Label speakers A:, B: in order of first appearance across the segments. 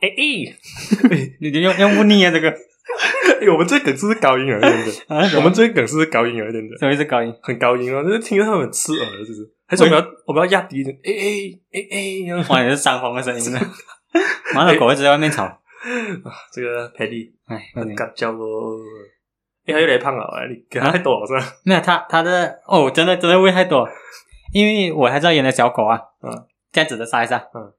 A: 哎咦， 你你用用不腻啊？这个
B: 哎，我们这个梗是不是高音儿一点的，
A: 啊，什
B: 我
A: 么
B: 们这个梗是不是高音儿一点的，
A: 什么意思？高音？
B: 很高音哦，就是听着他们很刺耳，就是。还是我们要我们要压低一点，哎哎哎哎，这样
A: 哇，你是伤风的声音 啊！完了，狗一直在外面吵。
B: 这个 Paddy
A: 哎，不
B: 很
A: 行
B: 搞笑哦。哎，他又来胖了，哎你给他太多了是吧？
A: 没有它它的哦，真的真的喂太多，因为我还是要养的小狗啊，
B: 嗯，
A: 这样子的 size 啊，
B: 嗯，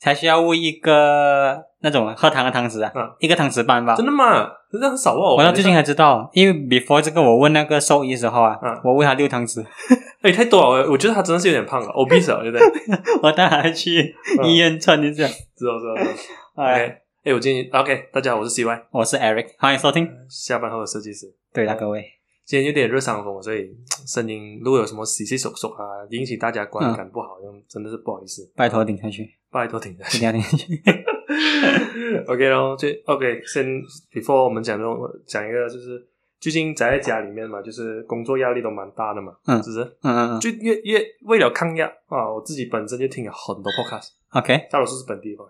A: 才需要喂一个那种喝汤的汤匙啊，
B: 嗯
A: 一个汤匙半吧
B: 真。的吗？真的很少哦。
A: 我到最近才知道，因为 before 这个我问那个兽医的时候啊，
B: 嗯
A: 我喂它六汤匙，
B: 哎、太多了，我觉得他真的是有点胖了，obese 了，对不对？
A: 我带它去
B: 嗯
A: 医院称一下。
B: 知道知道知道。
A: 哎，
B: 哎哎，我今天 OK，大家好，我是 CY，
A: 我是 Eric，欢迎收听。
B: 下班后的设计师。
A: 对了，各位，
B: 今天有点热伤风，所以声音如果有什么洗洗手手啊，引起大家观感不好，嗯、真的是不好意思，
A: 拜托顶下去，
B: 拜托停一
A: 一定
B: 下。
A: 要顶下去。
B: OK 咯，最 OK 先 before 我们讲这种讲一个就是。最近宅在家里面嘛，就是工作压力都蛮大的嘛，
A: 嗯
B: 是不是？
A: 嗯嗯嗯
B: 就越越为了抗压啊，我自己本身就听了很多 podcast，
A: ，OK。
B: 大多数是本地方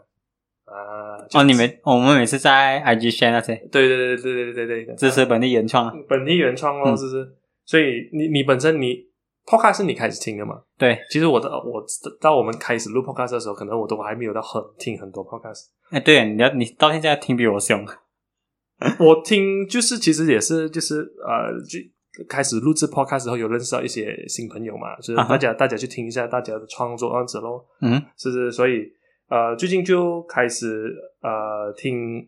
B: 啊。就
A: 嗯哦，你们我们每次在 IG share 那些
B: 对对对对对对对
A: 支持本地原创啊，
B: 本地原创咯，
A: 嗯
B: 是不是？所以你你本身你 podcast 是你开始听的嘛？
A: 对，
B: 其实我的我到我们开始录 podcast 的时候，可能我都还没有到很听很多 podcast。
A: 哎，对，你要你到现在听比我凶，
B: 我听就是其实也是就是呃就。开始录制 podcast 之后，有认识到一些新朋友嘛，就是
A: 啊哈
B: 大家、大家去听一下大家的创作这样子咯。
A: 嗯，
B: 是是，所以呃，最近就开始呃听，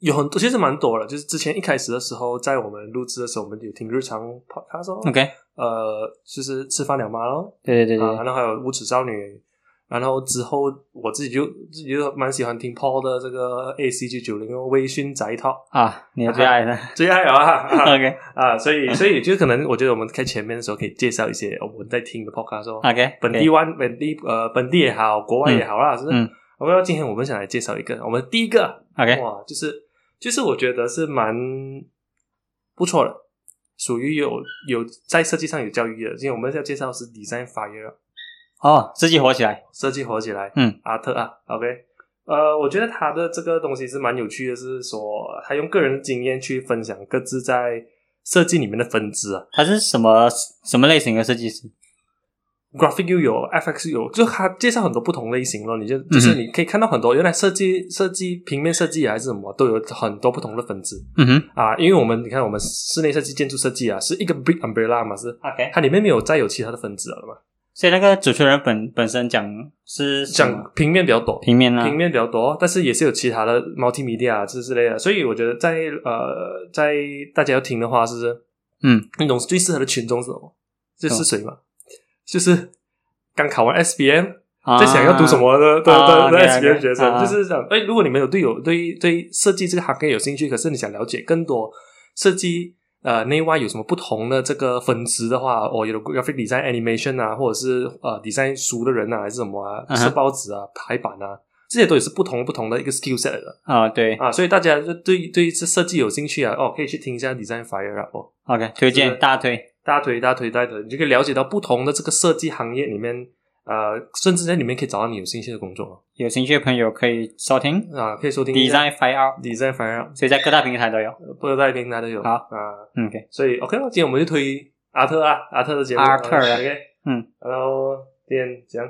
B: 有很多其实蛮多了，就是之前一开始的时候，在我们录制的时候，我们有听日常 podcast 哦
A: OK，
B: 呃，就是吃饭了吗咯，
A: 对对对
B: 啊，
A: 对，
B: 然后还有无耻少女。然后之后，我自己就自己就蛮喜欢听 Paul 的这个 A C G 九零哦，微醺宅套
A: 啊，你的最爱的
B: 最爱了啊 啊
A: ，OK
B: 啊！所以所以就可能我觉得我们开前面的时候可以介绍一些我们在听的 podcast 哦，
A: OK，
B: 本地湾、本地呃本地也好，国外也好啦，是不是？
A: 哎嗯
B: OK，今天我们想来介绍一个，我们第一个
A: OK，
B: 哇，就是就是我觉得是蛮不错的，属于有有在设计上有教育的。今天我们要介绍的是 Design Fire
A: 哦，自己火起来，
B: 设计火起来，
A: 嗯，
B: 阿特啊，OK，呃，我觉得他的这个东西是蛮有趣的，是说他用个人的经验去分享各自在设计里面的分支啊，
A: 他是什么什么类型的设计师
B: graphic 又有，FX 又有，就它介绍很多不同类型咯。你
A: 嗯
B: 就就是你可以看到很多，原来设计设计平面设计啊还是什么，都有很多不同的分支
A: 嗯哼
B: 啊。因为我们你看我们室内设计、建筑设计啊，是一个 big umbrella 嘛，是
A: ，OK，
B: 它里面没有再有其他的分支了嘛。
A: 所以那个主持人本本身讲是什么
B: 讲平面比较多，
A: 平面啊
B: 平面比较多，但是也是有其他的 multimedia 啊这之类的。所以我觉得在呃在大家要听的话，是不是？
A: 嗯，
B: 那种最适合的群众是什么？这
A: 什么
B: 是谁嘛？就是刚考完 SBM。
A: 啊
B: 在想要读什么的的
A: 啊
B: 的的
A: OK，OK，
B: S 学学生，
A: 啊
B: 就是想，哎，如果你们有对有对对设计这个行业有兴趣，可是你想了解更多设计呃内外有什么不同的这个分支的话，哦，有的 graphic design animation 啊，或者是呃 design 书的人啊，还是什么啊，
A: 嗯哼
B: 设报纸啊、排版啊，这些都也是不同不同的一个 skill set 的
A: 啊？对
B: 啊，所以大家就对对这设计有兴趣啊，哦，可以去听一下 design fire 啊，哦，
A: ，OK，推
B: 就是
A: 荐大推，
B: 大腿大腿大腿，你就可以了解到不同的这个设计行业里面。呃，甚至在里面可以找到你有兴趣的工作啊。
A: 有兴趣的朋友可以收听
B: 啊，可以收听一下
A: Design Fire，Out，
B: Design Fire，
A: 所以在各大平台都有
B: 不知道在平台都有。
A: 好
B: 啊，
A: 嗯，OK，
B: 所以 OK 了，今天我们就推阿特啊，阿特的节目。
A: 阿特啊
B: OK，
A: 嗯，
B: 然后今天讲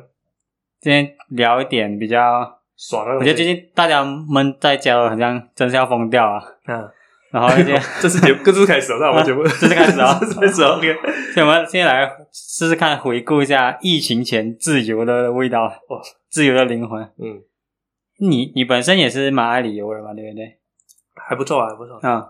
A: 今天聊一点比较，
B: 爽啊，
A: 我觉得最
B: 天
A: 近大家闷在家都好像真是要疯掉啊，
B: 啊，
A: 然后一些。
B: 这是 节目，这是开始了，那我们节目
A: 这是开始 啊
B: 这是开始啊 OK，
A: 所以我们先来试试看，回顾一下疫情前自由的味道，
B: 哇
A: 自由的灵魂。
B: 嗯，
A: 你你本身也是蛮爱旅游的嘛，对不对？
B: 还不错啊，还不错。
A: 啊，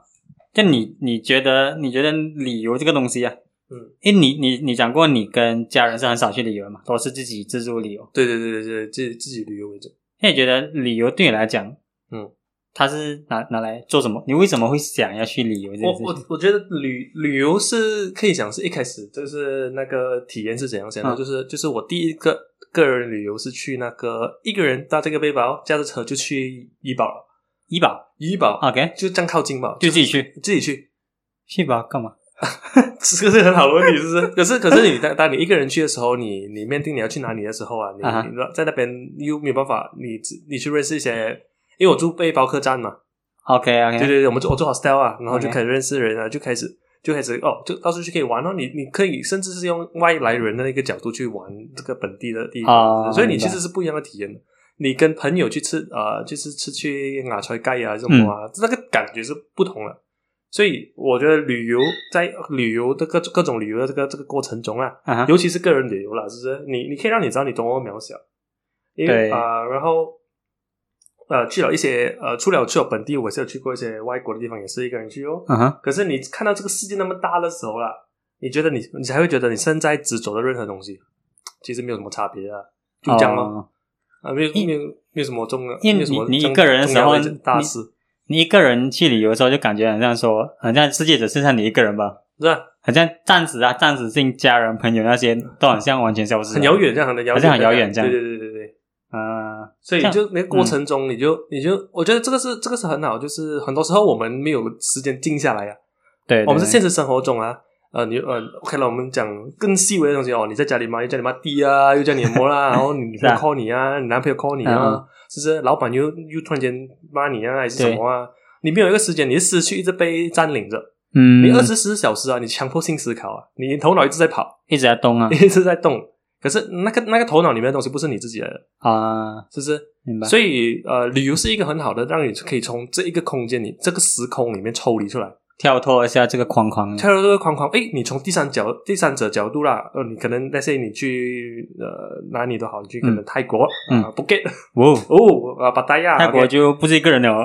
A: 就你你觉得你觉得旅游这个东西啊，
B: 嗯，
A: 因为你你你讲过你跟家人是很少去旅游的嘛，都是自己自助旅游。
B: 对对对对对，自己自己旅游为主。
A: 那你觉得旅游对你来讲，
B: 嗯，
A: 它是拿拿来做什么？你为什么会想要去旅游这
B: 我
A: 件事
B: 我
A: 情？
B: 我觉得旅旅游是可以讲是一开始就是那个体验是怎样想的，
A: 嗯
B: 就是就是我第一个个人旅游是去那个一个人搭这个背包，驾着车就去怡保了，
A: 医保
B: 怡保
A: ，OK，
B: 就这样靠近吧，
A: 就自己去，
B: 自己去，
A: 去吧，干嘛？
B: 这个是很好的问题，是不是？可是可是你当当你一个人去的时候，你你面定你要去哪里的时候啊，你
A: 啊哈
B: 你在那边又没有办法，你只你去认识一些因为我住背包客栈嘛，
A: OK OK，
B: 对对对，我们住我住 hostel 啊，然后就
A: OK
B: 开始认识人啊，就开始就开始哦，就到处去可以玩哦。你你可以甚至是用外来人的那个角度去玩这个本地的地方，
A: 哦
B: 所以你
A: 明
B: 其
A: 白
B: 实是不一样的体验的。你跟朋友去吃呃，就是吃去瓦川盖啊这种啊，那个感觉是不同的。所以我觉得旅游在旅游的各各种旅游的这个这个过程中啊，
A: 啊哈
B: 尤其是个人旅游啦，就是你你可以让你知道你多么渺小，因为
A: 对
B: 啊、呃然后呃，去了一些呃，除了去了本地，我是有去过一些外国的地方，也是一个人去哦。
A: 嗯哼，
B: 可是你看到这个世界那么大的时候啦，你觉得你你才会觉得你身在执着的任何东西，其实没有什么差别啊，就这样咯。
A: 哦
B: 啊，没有
A: 因
B: 没有没有什么重要，
A: 因为
B: 没有什么
A: 你你
B: 重
A: 一个人的时候
B: 重要大事
A: 你一个人去旅游的时候，就感觉很像说，很像世界只剩下你一个人吧，
B: 是吧？
A: 很像暂时啊，暂时性家人、朋友那些都很像完全消失，
B: 很遥。远，这样很遥远，
A: 好像很遥远这样
B: 对对对对对。
A: 嗯、
B: 所以
A: 这样
B: 就那个过程中，你就、你就，我觉得这个是这个是很好，就是很多时候我们没有时间静下来呀、啊
A: 对对
B: 我们是
A: 对
B: 现实生活中啊，呃，你呃，OK 了，我们讲更细微的东西哦，你在家里嘛，又叫你妈弟啊，又叫你摸 啦，然后你女朋友
A: 是啊
B: call 你啊，你男朋友 call 你
A: 嗯
B: 啊
A: 嗯，
B: 是不是？老板又又突然间骂你啊，还是什么啊？你没有一个时间，你的思绪一直被占领着，
A: 嗯，
B: 你二十四小时啊，你强迫性思考啊，你头脑一直在跑，
A: 一直在动啊
B: 你一直在动，可是那个那个头脑里面的东西不是你自己来的，
A: 啊、
B: 是不是？
A: 明白？
B: 所以呃，旅游是一个很好的，让你可以从这一个空间里、这个时空里面抽离出来，
A: 跳脱一下这个框框，
B: 跳到这个框框。诶，你从第三角、第三者角度啦，呃，你可能那些你去呃哪里都好，你去可能泰国
A: 嗯
B: 啊、不 get
A: 哦，
B: 哦啊，巴达亚
A: 泰国
B: OK
A: 就不是一个人了。哦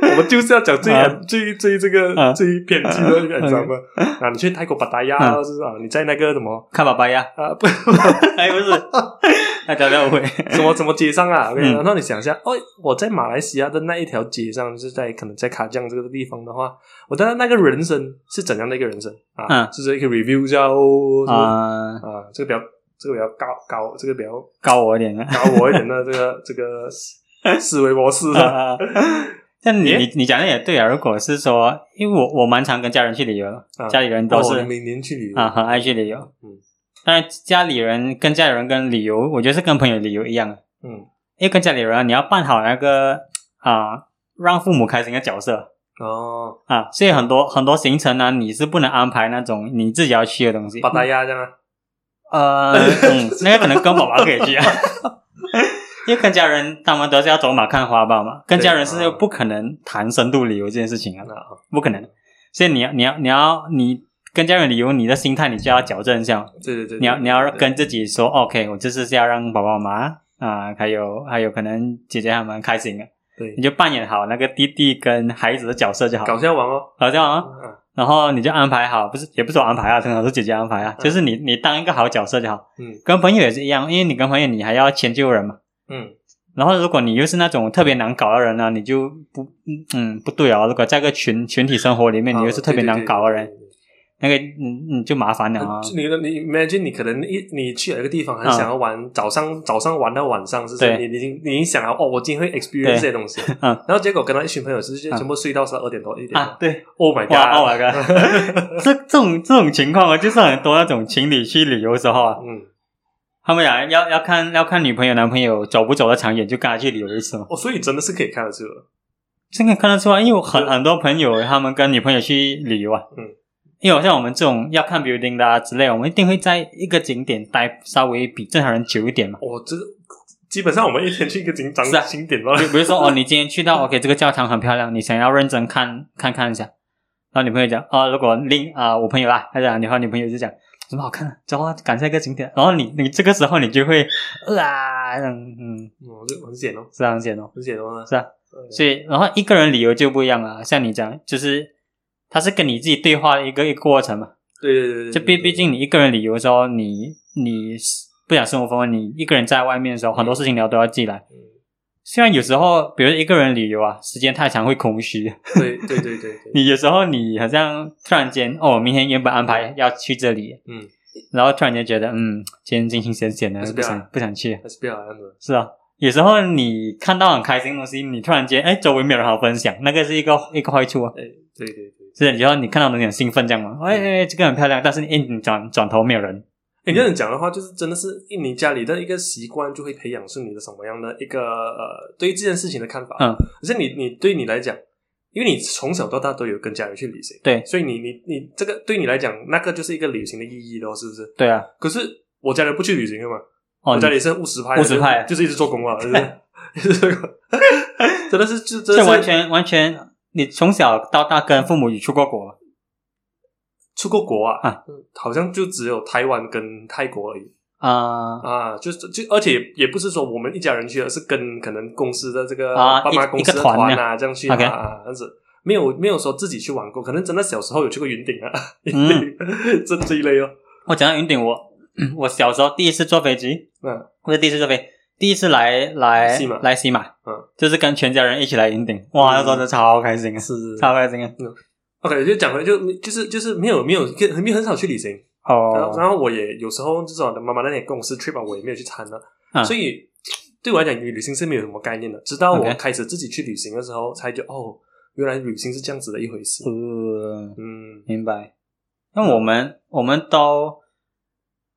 B: 我们就是要讲最
A: 啊
B: 最最这个
A: 啊嗯
B: 最偏激的一个 example 啊，你去泰国巴达亚，
A: 啊
B: 或者是啊，你在那个什么
A: 看爸爸呀，
B: 啊不。
A: 哎，不是，大家不要误会。
B: 什么什么街上啊？
A: 嗯
B: 然后你想一下，哦，我在马来西亚的那一条街上，就是在可能在卡江这个地方的话，我的那个人生是怎样的一个人生啊？
A: 嗯
B: 就是一个 review 一下哦，什么
A: 啊、
B: 啊，这个比较这个比较高高，这个比较
A: 高我一点啊。
B: 高我一点的这个 这个思维模式啊。
A: 啊但你
B: 耶
A: 你你讲的也对啊，如果是说，因为我我蛮常跟家人去旅游的，
B: 啊
A: 家里人都
B: 哦
A: 是
B: 你每年去旅游
A: 啊很爱去旅游。
B: 嗯，
A: 但家里人跟家里人跟旅游，我觉得是跟朋友旅游一样的，
B: 嗯
A: 因为跟家里人啊你要扮好那个啊让父母开心的角色
B: 哦，
A: 啊，所以很多很多行程呢、你是不能安排那种你自己要去的东西。
B: 巴达亚这样啊，
A: 呃，嗯，那个可能跟宝宝可以去啊，因为跟家人他们都是要走马看花吧嘛，跟家人
B: 对
A: 是
B: 啊
A: 不可能谈深度旅游这件事情啊，
B: 那啊
A: 不可能。所以你要你要你要你跟家人旅游，你的心态你就要矫正一下，
B: 对对对，
A: 你要
B: 对
A: 你要
B: 对
A: 跟自己说，OK，我这次是要让爸爸妈妈啊、还有还有可能姐姐他们开心的，啊
B: 对
A: 你就扮演好那个弟弟跟孩子的角色就好，
B: 搞笑王哦，
A: 好这样啊。
B: 啊
A: 然后你就安排好，不是也不是我安排啊，通常是姐姐安排啊，
B: 嗯
A: 就是你你当一个好角色就好。
B: 嗯
A: 跟朋友也是一样，因为你跟朋友你还要迁就人嘛。
B: 嗯
A: 然后如果你又是那种特别难搞的人呢、啊你就不嗯嗯不对哦。如果在个群群体生活里面，
B: 啊
A: 你又是特别难搞的人，
B: 对对对对对
A: 那个嗯嗯就麻烦了啊、
B: 就你的你 imagine 你可能一你去了一个地方，很
A: 嗯
B: 想要玩，早上早上玩到晚上，是不是？
A: 对
B: 你你已经你已经想要哦，我今天会 experience
A: 对
B: 这些东西，
A: 嗯
B: 然后结果跟到一群朋友，是不是
A: 嗯
B: 全部睡到十二点多一点
A: 啊
B: 多。
A: 对，
B: Oh my
A: 哇，Oh my
B: god！
A: god，这这种这种情况啊，就是很多那种情侣去旅游的时候啊，
B: 嗯，
A: 他们俩要要看要看女朋友男朋友走不走得长远，就跟他去旅游一次嘛。
B: 哦，所以真的是可以看得出的，
A: 这个看得出来，因为我很
B: 对
A: 很多朋友他们跟女朋友去旅游啊，
B: 嗯，
A: 因为好像我们这种要看 building 的啊之类，我们一定会在一个景点待稍微比正常人久 一点嘛。
B: 哦，这基本上我们一天去一个景长
A: 是啊
B: 景点吧。
A: 就比如说哦，你今天去 到 OK 这个教堂很漂亮，你想要认真看看看一下，然后女朋友讲哦，如果另啊、我朋友啊，他讲然后女朋友就讲什么好看的，走啊，赶下一个景点，然后你你这个时候你就会呃啊，嗯嗯，
B: 哦，这很险哦，
A: 是这样写哦，
B: 很险哦。
A: 是啊。所以，然后一个人旅游就不一样了，啊像你讲，就是他是跟你自己对话的一个一个过程嘛。
B: 对对对对，
A: 这
B: 对
A: 毕
B: 对
A: 毕竟你一个人旅游的时候，你你不讲生活方面，你一个人在外面的时候，很多事情聊都要自己来。
B: 嗯
A: 虽然有时候，比如一个人旅游啊，时间太长会空虚。
B: 对对对对对，
A: 你有时候你好像突然间，哦，明天原本安排要去这里，
B: 嗯，
A: 然后突然间觉得，嗯，今天心情闲闲的
B: 还是，不
A: 不
B: 要
A: 想不想去。
B: 还是不要这样子。
A: 是啊，有时候你看到很开心的东西，你突然间，哎，周围没有人好分享，那个是一个一个坏处啊。
B: 哎，对对对，嗯
A: 是，然后你看到东西很兴奋，这样嘛？哎哎，这个很漂亮，但是哎，你转转头没有人，
B: 你这样讲的话，就是真的是你家里的一个习惯，就会培养是你的什么样的一个呃对于这件事情的看法。
A: 嗯，
B: 可是你你对你来讲，因为你从小到大都有跟家人去旅行，
A: 对
B: 所以你你你这个对你来讲，那个就是一个旅行的意义咯，是不是？
A: 对啊，
B: 可是我家人不去旅行的嘛，
A: 哦，
B: 我
A: 你
B: 家里是务实派的，
A: 务实派
B: 就就是一直 做工 啊，就是 真的是就真
A: 这
B: 的是
A: 完全完全，你从小到大跟父母有出过国吗？
B: 出过国啊，
A: 啊
B: 嗯好像就只有台湾跟泰国而已。
A: 啊、
B: 啊，就是就而且也也不是说我们一家人去的，是跟可能公司的这个
A: 啊
B: 爸妈
A: 一
B: 公司
A: 一个
B: 的
A: 团
B: 团
A: 那
B: 啊这样去
A: OK
B: 啊啊，但是没有没有说自己去玩过，可能真的小时候有去过云顶啊， 云
A: 嗯
B: 顶、 这这一类哦，
A: 我讲到云顶，我 我小时候第一次坐飞机，
B: 嗯，
A: 不是第一次坐飞，第一次来来
B: 西马
A: 来西马，
B: 嗯，
A: 就是跟全家人一起来云顶，哇，那时候真的超开心啊，
B: 是是是
A: 超开心啊！
B: OK，就讲回来就就是就是没有没有跟很很少去旅行，然后
A: 哦，
B: 然后我也有时候就是我的妈妈那天公司 trip 啊，我也没有去参了，
A: 嗯
B: 所以对我来讲，旅行是没有什么概念的，直到我
A: OK
B: 开始自己去旅行的时候，才就哦，原来旅行是这样子的一回事，
A: 呃，
B: 嗯
A: 明白。那我们我们都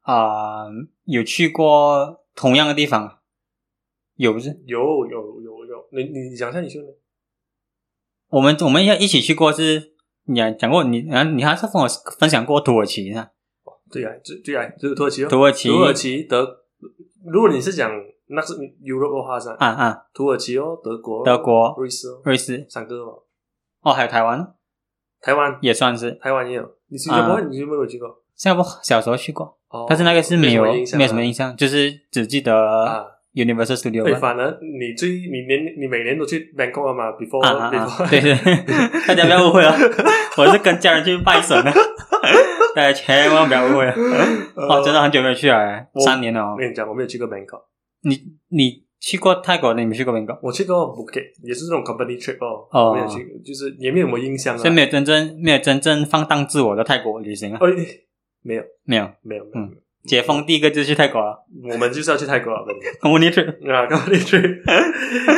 A: 啊、有去过同样的地方啊，有不是？
B: 有有有有，你你你讲一下你去哪？
A: 我们我们要一起去过是，你还讲过你，然后你还是跟我分享过土耳其呢？
B: 对呀、最对呀、就是土耳其、哦，
A: 土耳其，
B: 土耳其、德。如果你是讲那是 Europe 的话是吧
A: 啊啊，
B: 土耳其哦，德国、
A: 德、国、
B: 瑞士哦，
A: 瑞士，
B: 三个哦，
A: 哦，还有台湾
B: 台湾
A: 也算是。
B: 台湾也有。你新加坡、
A: 啊
B: 你有没有去过？
A: 新加坡小时候去过，
B: 哦，
A: 但是那个是没有
B: 没什么
A: 没有什么
B: 印
A: 印象，就是只记
B: 象
A: 得
B: 啊。
A: Universal
B: 对，
A: Studio 吧。
B: 反而你最你年你每年都去 Bangkok 了嘛？Before
A: 啊啊啊！
B: before
A: 对对，大家不要误会啊， 我是跟家人去拜神的， 大家千万不要误会啊！哦，真的很久没有去了欸，
B: 呃我
A: 三年了哦
B: 我。跟你讲，我没有去过 Bangkok，
A: 你你去过泰国的，你没去过美国，
B: 我去过 Phuket，也是这种 company trip 哦，
A: 哦
B: 我没有去，就是也没有什么印象啊
A: 所以。没有真正没有真正放荡自我的泰国旅行啊，
B: 哎，没有
A: 没有。
B: 没有没有，
A: 嗯解封第一个就是去泰国啊了，
B: 我们就是要去泰国了，我跟你讲
A: 我你去。
B: 啊，咁你去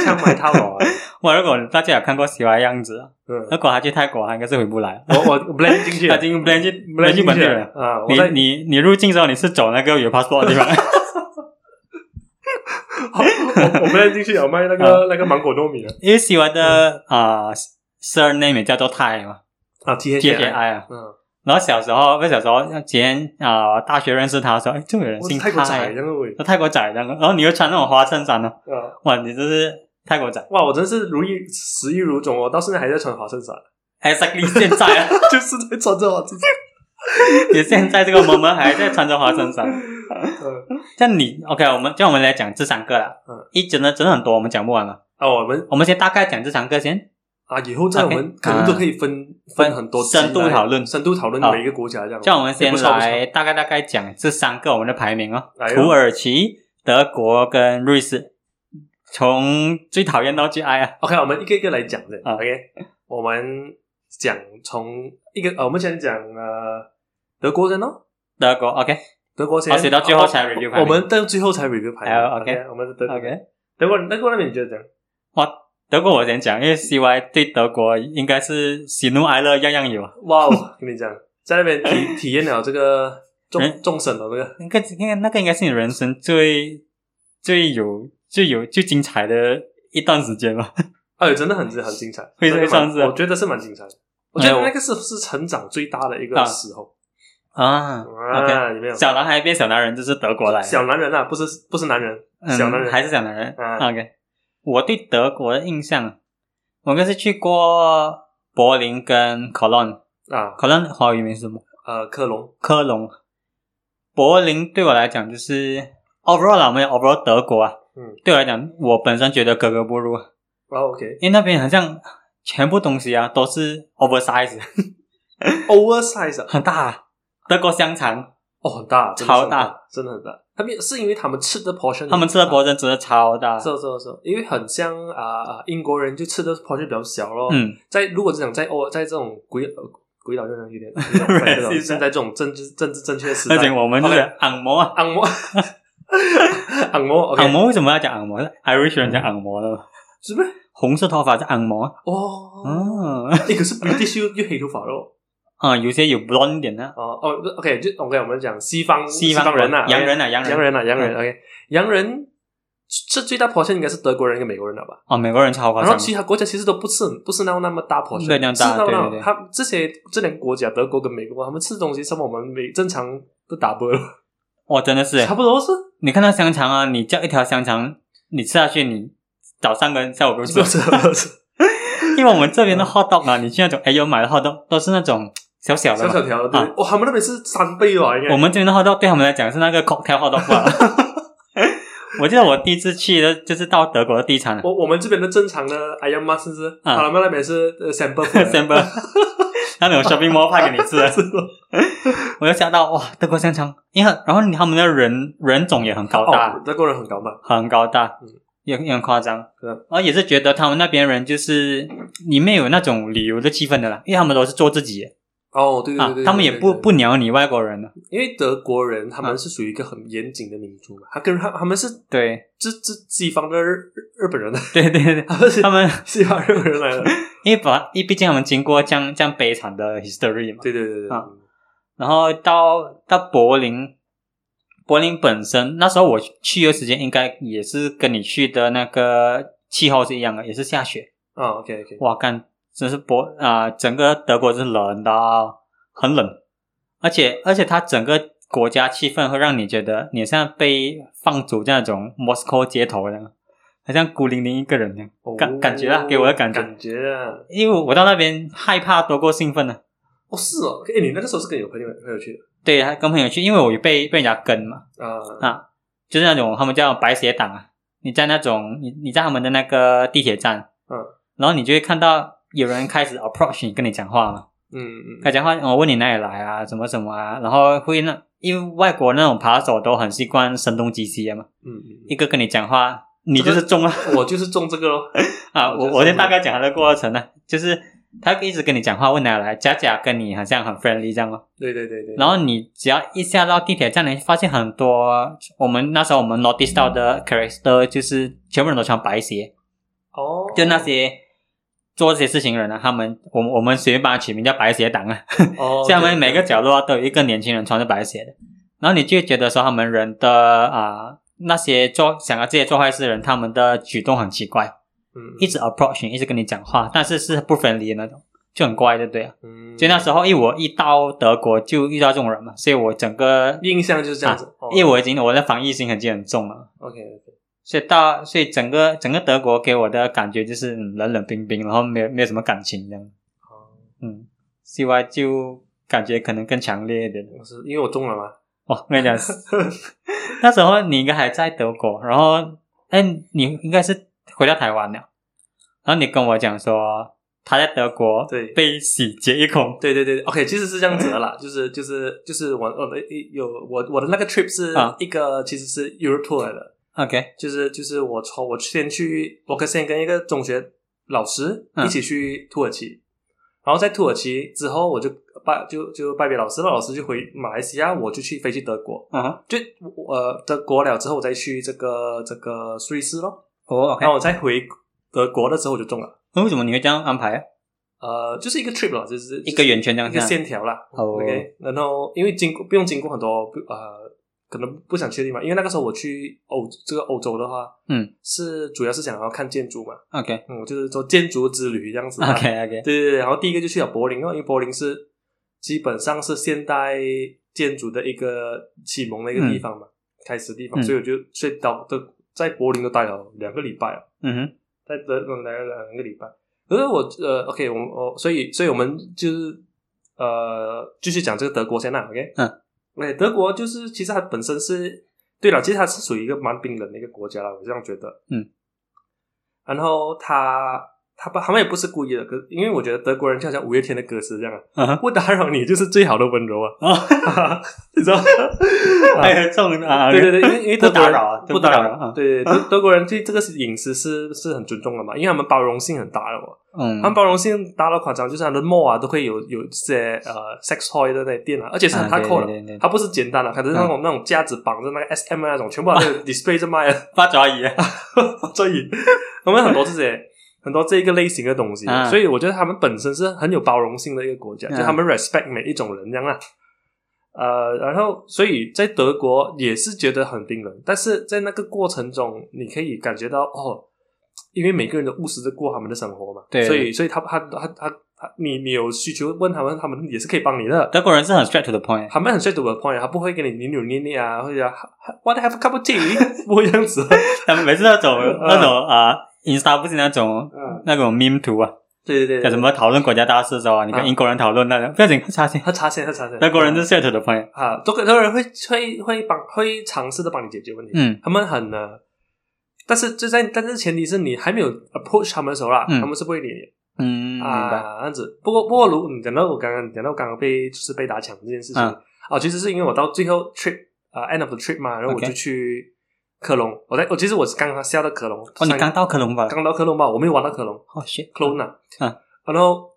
B: 唱埋套路啊？
A: 哇，如果大家有看过《喜欢的样子》，
B: 嗯，
A: 如果他去泰国，他应该是回不来了。
B: 我我 blend 进去
A: 他
B: 了，
A: 已经 blend 进 blend
B: blend 进
A: 进本地
B: 去了
A: 人了。
B: 啊！我
A: 你
B: 在
A: 你你入境之后，你是走那个有 passport 的地方，
B: 我我 blend 进去有卖那个那个芒果糯米了
A: 因为喜欢的啊 surname 也叫做泰嘛
B: 啊，T
A: ，T
B: H
A: H I 啊。
B: 嗯，
A: 然后小时候，不是小时候，之前啊大学认识他的时候，哎，就有人
B: 我
A: 姓
B: 是泰国仔，
A: 泰，
B: 真的喂
A: 泰国仔这样。然后你又穿那种花衬衫呢，
B: 啊！
A: 哇，你这是泰国仔
B: 哇，我真是如意食欲如中哦，我到现在还在穿花衬衫，
A: ，exactly 现在啊，
B: 就是在穿这花衬衫。
A: 你现在这个 moment 还在穿着花衬衫。
B: 嗯
A: 这样你 OK，我们这样我们来讲这三个了。
B: 嗯，
A: 一真的真的很多，我们讲不完了。
B: 啊，我们
A: 我们先大概讲这三个先。
B: 啊，以后在我
A: OK，
B: 们可能都可以分分很多集
A: 深度
B: 来
A: 讨论
B: 深度讨
A: 好
B: 论每一个国家这样。
A: 这样我们先
B: 不错不错
A: 来大概大概讲这三个我们的排名哦
B: 来，哦
A: 土耳其、德国跟瑞士，从最讨厌到最爱啊。
B: OK，我们一个一个来讲的。
A: 啊
B: OK，我们讲从一个呃，我们先讲呃德国人哦，
A: 德国 OK
B: 德国先。
A: 哦所以到最后才
B: 哦
A: review 排
B: 我
A: 名
B: 们到最后才 review 排名。
A: 哦，OK
B: 我们是德
A: OK，
B: 德国人，德国那边你觉得怎样？
A: 哇，德国我先讲，因为 CY 对德国应该是喜怒哀乐样样有啊。
B: 哇哦， 跟你讲，在那边 体体验了这个
A: 嗯
B: 众众神的这个
A: 那个那个那个应该是你人生最最有最有最精彩的一段时间吧。
B: 哎，真的很很精彩，
A: 非
B: 真的
A: 非常
B: 蛮
A: 是啊
B: 我觉得是蛮精彩的。我
A: 哎
B: 觉得
A: 我
B: 那个是是成长最大的一
A: 啊
B: 个时候
A: 啊，OK，
B: 啊，有没有？
A: 小男孩变小男人，这是德国来的。
B: 小男人啊，不是不是男人，
A: 嗯
B: 小男人
A: 还是小男人。
B: 嗯
A: OK，我对德国的印象，我应该是去过柏林跟科隆，
B: 啊，
A: 科隆华语名是什么？
B: 呃，克隆
A: 科隆。柏林对我来讲就是 overall 啊啦，我们有 overall 德国啊。
B: 嗯，
A: 对我来讲，我本身觉得格格不入，
B: 啊，OK，
A: 因为那边好像全部东西啊都是 oversize，
B: oversize 啊
A: 很大、啊。德国香肠，
B: 哦，很大，真的
A: 超
B: 是很
A: 大
B: 大，真的很大。他们是因为他们吃的 portion，
A: 他们吃的波真真的超大。
B: 嗯是是是，因为很像啊、啊英国人就吃的 portion 比较小咯。，
A: 嗯，
B: 在如果是想在欧在这种鬼呃鬼岛就能有 点，
A: Racist
B: 现在这种政治政治正确时
A: 而且
B: 代，
A: 我们就是按摩啊。
B: 按摩按摩 OK 嗯
A: 按摩为什么要讲按摩？Irish 人讲按摩的嘛，
B: 是不是？
A: 红色头发是按摩。
B: 哦，
A: 嗯，
B: 哎，可是 British 又又黑头发咯，
A: 啊，有些有 blonde 一点的，
B: 哦哦不，OK，就 OK，我们讲西方
A: 西
B: 方
A: 方
B: 人呐，
A: 洋人啊，洋
B: 洋人啊，洋人，OK，洋人这最大 portion 应该是德国人跟美国人了吧？
A: 哦，美国人超夸
B: 然后
A: 张，
B: 其他国家其实都不吃，不是那那么大 portion，
A: 对那样
B: 是
A: 大
B: 那
A: 对
B: 那
A: 对对
B: 他们这些这两个国家，德国跟美国，他们吃东西，什么我们美正常都打不了，
A: 哦，真的是
B: 差，不多是
A: 你看到香肠啊，你叫一条香肠，你吃下去，你早上跟下午 不
B: 是
A: 用
B: 不
A: 吃，
B: 是？
A: 因为我们这边的 hot dog 啊，你去那种 A U 买的 hot dog 都是那种小小的
B: 小
A: 嘛，
B: 小条，对，
A: 啊
B: 哇，他们那边是三倍吧？应该
A: 我们这边的 hot dog 对他们来讲是那个 cocktail hot dog 吧。 我记得我第一次去的就是到德国的地产了
B: 我我们这边的正常的 I am 是不是？
A: 啊
B: 他们那边是呃 sample food
A: ，December，那种 shopping mall 派给你吃的，我就想到哇，德国香肠，因为然后他们的人人种也很高大，
B: 哦，德国人很高嘛，
A: 很高大
B: 嗯，
A: 也也很夸张。
B: 对
A: 然后也是觉得他们那边人就是里面有那种旅游的气氛的啦，因为他们都是做自己
B: 哦，对对
A: 啊
B: 对对，，
A: 他们也
B: 对
A: 不
B: 对
A: 不鸟你外国人啊了。
B: 因为德国人他们
A: 啊
B: 是属于一个很严谨的民族嘛，他跟他他们是
A: 对
B: 这这西方的日日本人，啊
A: 对对对，
B: 他们是
A: 他们
B: 西方日本人来的，
A: 因为把因为毕竟他们经过这样这样悲惨的 history 嘛，
B: 对对对对，对
A: 啊然后到到柏林。柏林本身那时候我去的时间应该也是跟你去的那个气候是一样的，也是下雪。
B: 啊，OK OK，
A: 哇，干，真是博啊、整个德国是冷到很冷，而且而且它整个国家气氛会让你觉得你像被放逐在那种 Moscow 街头一样，好像孤零零一个人一样。感感觉啊给我的感觉
B: 哦感觉啊，
A: 因为我到那边害怕多过兴奋呢、啊
B: 哦是哦，哎，你那个时候是跟有朋友朋友去
A: 对，还跟朋友去，因为我有被被人家跟嘛，
B: 的啊
A: 啊，就是那种他们叫白鞋党啊。你在那种你你在他们的那个地铁站，
B: 嗯，
A: 然后你就会看到有人开始 approach 你跟你讲话嘛，
B: 嗯
A: 他
B: 嗯，
A: 讲话，哦我、问你哪里来啊，什么什么啊，然后会那因为外国那种扒手都很习惯声东击西的嘛，
B: 嗯
A: 一个跟你讲话，你就是中啊、
B: 嗯，我就是中这个咯，
A: 啊！
B: 我
A: 我
B: 就是
A: 我先大概讲他的过程呢，就是他一直跟你讲话，问哪里来，假假跟你好像很 friendly 这样咯。
B: 对对对对，
A: 然后你只要一下到地铁站，你发现很多我们那时候我们 notice 到的 character 就是全部人都穿白鞋，
B: 哦，
A: 就那些。做这些事情的人呢、啊他们我们我们随便把它取名叫白鞋党啊，
B: 哦，
A: 厦门
B: 对
A: 每个角落都有一个年轻人穿着白鞋的，然后你就觉得说他们人的啊、那些做想要这些做坏事的人，他们的举动很奇怪，
B: 嗯
A: 一直 approach 你，一直跟你讲话，但是是不分离的那种，就很怪，对不对啊？
B: 嗯，
A: 所以那时候，因为我一到德国就遇到这种人嘛，所以我整个，
B: 印象就是这样子，哦
A: 啊因为我已经我的防疫心很经很重了，
B: OK OK，
A: 所以到所以整个整个德国给我的感觉就是嗯冷冷冰冰，然后没有没有什么感情这样，嗯，CY 就感觉可能更强烈一点。
B: 我是因为我中了嘛，
A: 哇，哦我跟你讲，那时候你应该还在德国，然后，哎，你应该是回到台湾了，然后你跟我讲说他在德国
B: 对
A: 被洗劫一空，
B: 对对对，OK，其实是这样子的
A: 啊
B: 啦，就是就是就是我我的有我我的那个 trip 是
A: 啊
B: 一个、其实是 Europe tour 来的，
A: ，OK，
B: 就是就是我从我先去，我跟先跟一个中学老师
A: 嗯
B: 一起去土耳其，然后在土耳其之后我就拜就就拜别老师了，老师就回马来西亚，我就去飞去德国，
A: 嗯哼，
B: 就呃德国了之后我再去这个这个瑞士咯，
A: 哦，OK，
B: 然后我再回德国的时候我就中了，
A: 那为什么你会这样安排啊？
B: 呃，就是一个 trip 了，就是
A: 一个圆圈这样
B: 一
A: 子
B: 个
A: 啊，
B: 线条啦。
A: 哦
B: OK，然后因为经过不用经过很多呃，可能不想去的地方，因为那个时候我去欧这个欧洲的话，
A: 嗯，
B: 是主要是想要看建筑嘛，
A: ，OK，OK，OK，、
B: 嗯，就是说建筑之旅这样子啦。对对对，然后第一个就去了柏林哦，因为柏林是基本上是现代建筑的一个启蒙的一个地方嘛，开始地方，
A: 嗯
B: 所以我就去到的在柏林都待了两个礼拜了。啊
A: 嗯哼，
B: 在德等来了两个礼拜。可是我呃，OK，我们我所以所以我们就是呃，继续讲这个德国先啦，OK，
A: 嗯，
B: 对，德国就是其实它本身是，对了，其实它是属于一个蛮冰冷的一个国家了，我这样觉得，
A: 嗯。
B: 然后他他不，他们也不是故意的，可因为我觉得德国人就好像五月天的歌词这样啊，
A: 嗯哼，
B: 不打扰你就是最好的温柔啊，
A: 哦，
B: 你知 道吗？啊
A: 还有这种啊，
B: 对对对，因为因为
A: 不
B: 德国
A: 打
B: 人
A: 扰啊，
B: 不
A: 打
B: 打
A: 扰
B: 扰
A: 啊，，
B: 对对对，德德国人对这个是饮食是是很尊重的嘛，因为他们包容性很大的哦，
A: 嗯
B: 他们包容性大到夸张，就是他的 mall 啊都会有有这些呃 sex toy 的那些店啊，而且是很
A: 啊对
B: hardcore 的，
A: 对嗯对对
B: 它不是简单的，可能是那种那种架子绑着那个 SM 那种，全部那个 display 着卖啊，
A: 八爪鱼，
B: 所以我们很多这些。很多这一个类型的东西的，
A: 啊
B: 所以我觉得他们本身是很有包容性的一个国家，
A: 啊
B: 就他们 respect 每一种人这样啊。呃，然后所以在德国也是觉得很冰冷，但是在那个过程中，你可以感觉到哦，因为每个人都务实的过他们的生活嘛，
A: 对
B: 所以所以他他他他他，你你有需求问他们，他们也是可以帮你的。
A: 德国人是很 straight to the point，
B: 他们很 straight to the point，他不会跟你扭扭捏捏啊，或者 What have a cup of tea，不会 这样子。
A: 他们每次那种
B: 嗯
A: 那种啊，Insta 不是那种
B: 嗯，
A: 那种 meme 图啊，
B: 对对对，
A: 叫什么讨论国家大事的时候啊，你跟
B: 啊
A: 英国人讨论那个，不要紧，插线。
B: 他查先，他查先。
A: 德国人是 straight to the point，
B: 啊，德国德国人会会会帮会尝试的帮你解决问题，
A: 嗯
B: 他们很呢，但是就在但是前提是你还没有 approach 他们的时候啦，
A: 嗯
B: 他们是不会理你
A: 嗯，明白，
B: 啊，这样子。不过不过，如果你讲到我刚刚讲到我刚刚被就是被打抢这件事情
A: 嗯
B: 啊，其实是因为我到最后 trip 啊 end of the trip 嘛，然后我
A: OK
B: 就去科隆，我在我其实我是刚刚下到科隆，
A: 哦，你
B: 上
A: 刚到科隆吧？
B: 刚到科隆吧，我没有玩到科隆，
A: 哦，shit，
B: clone 啊，
A: 嗯
B: 然后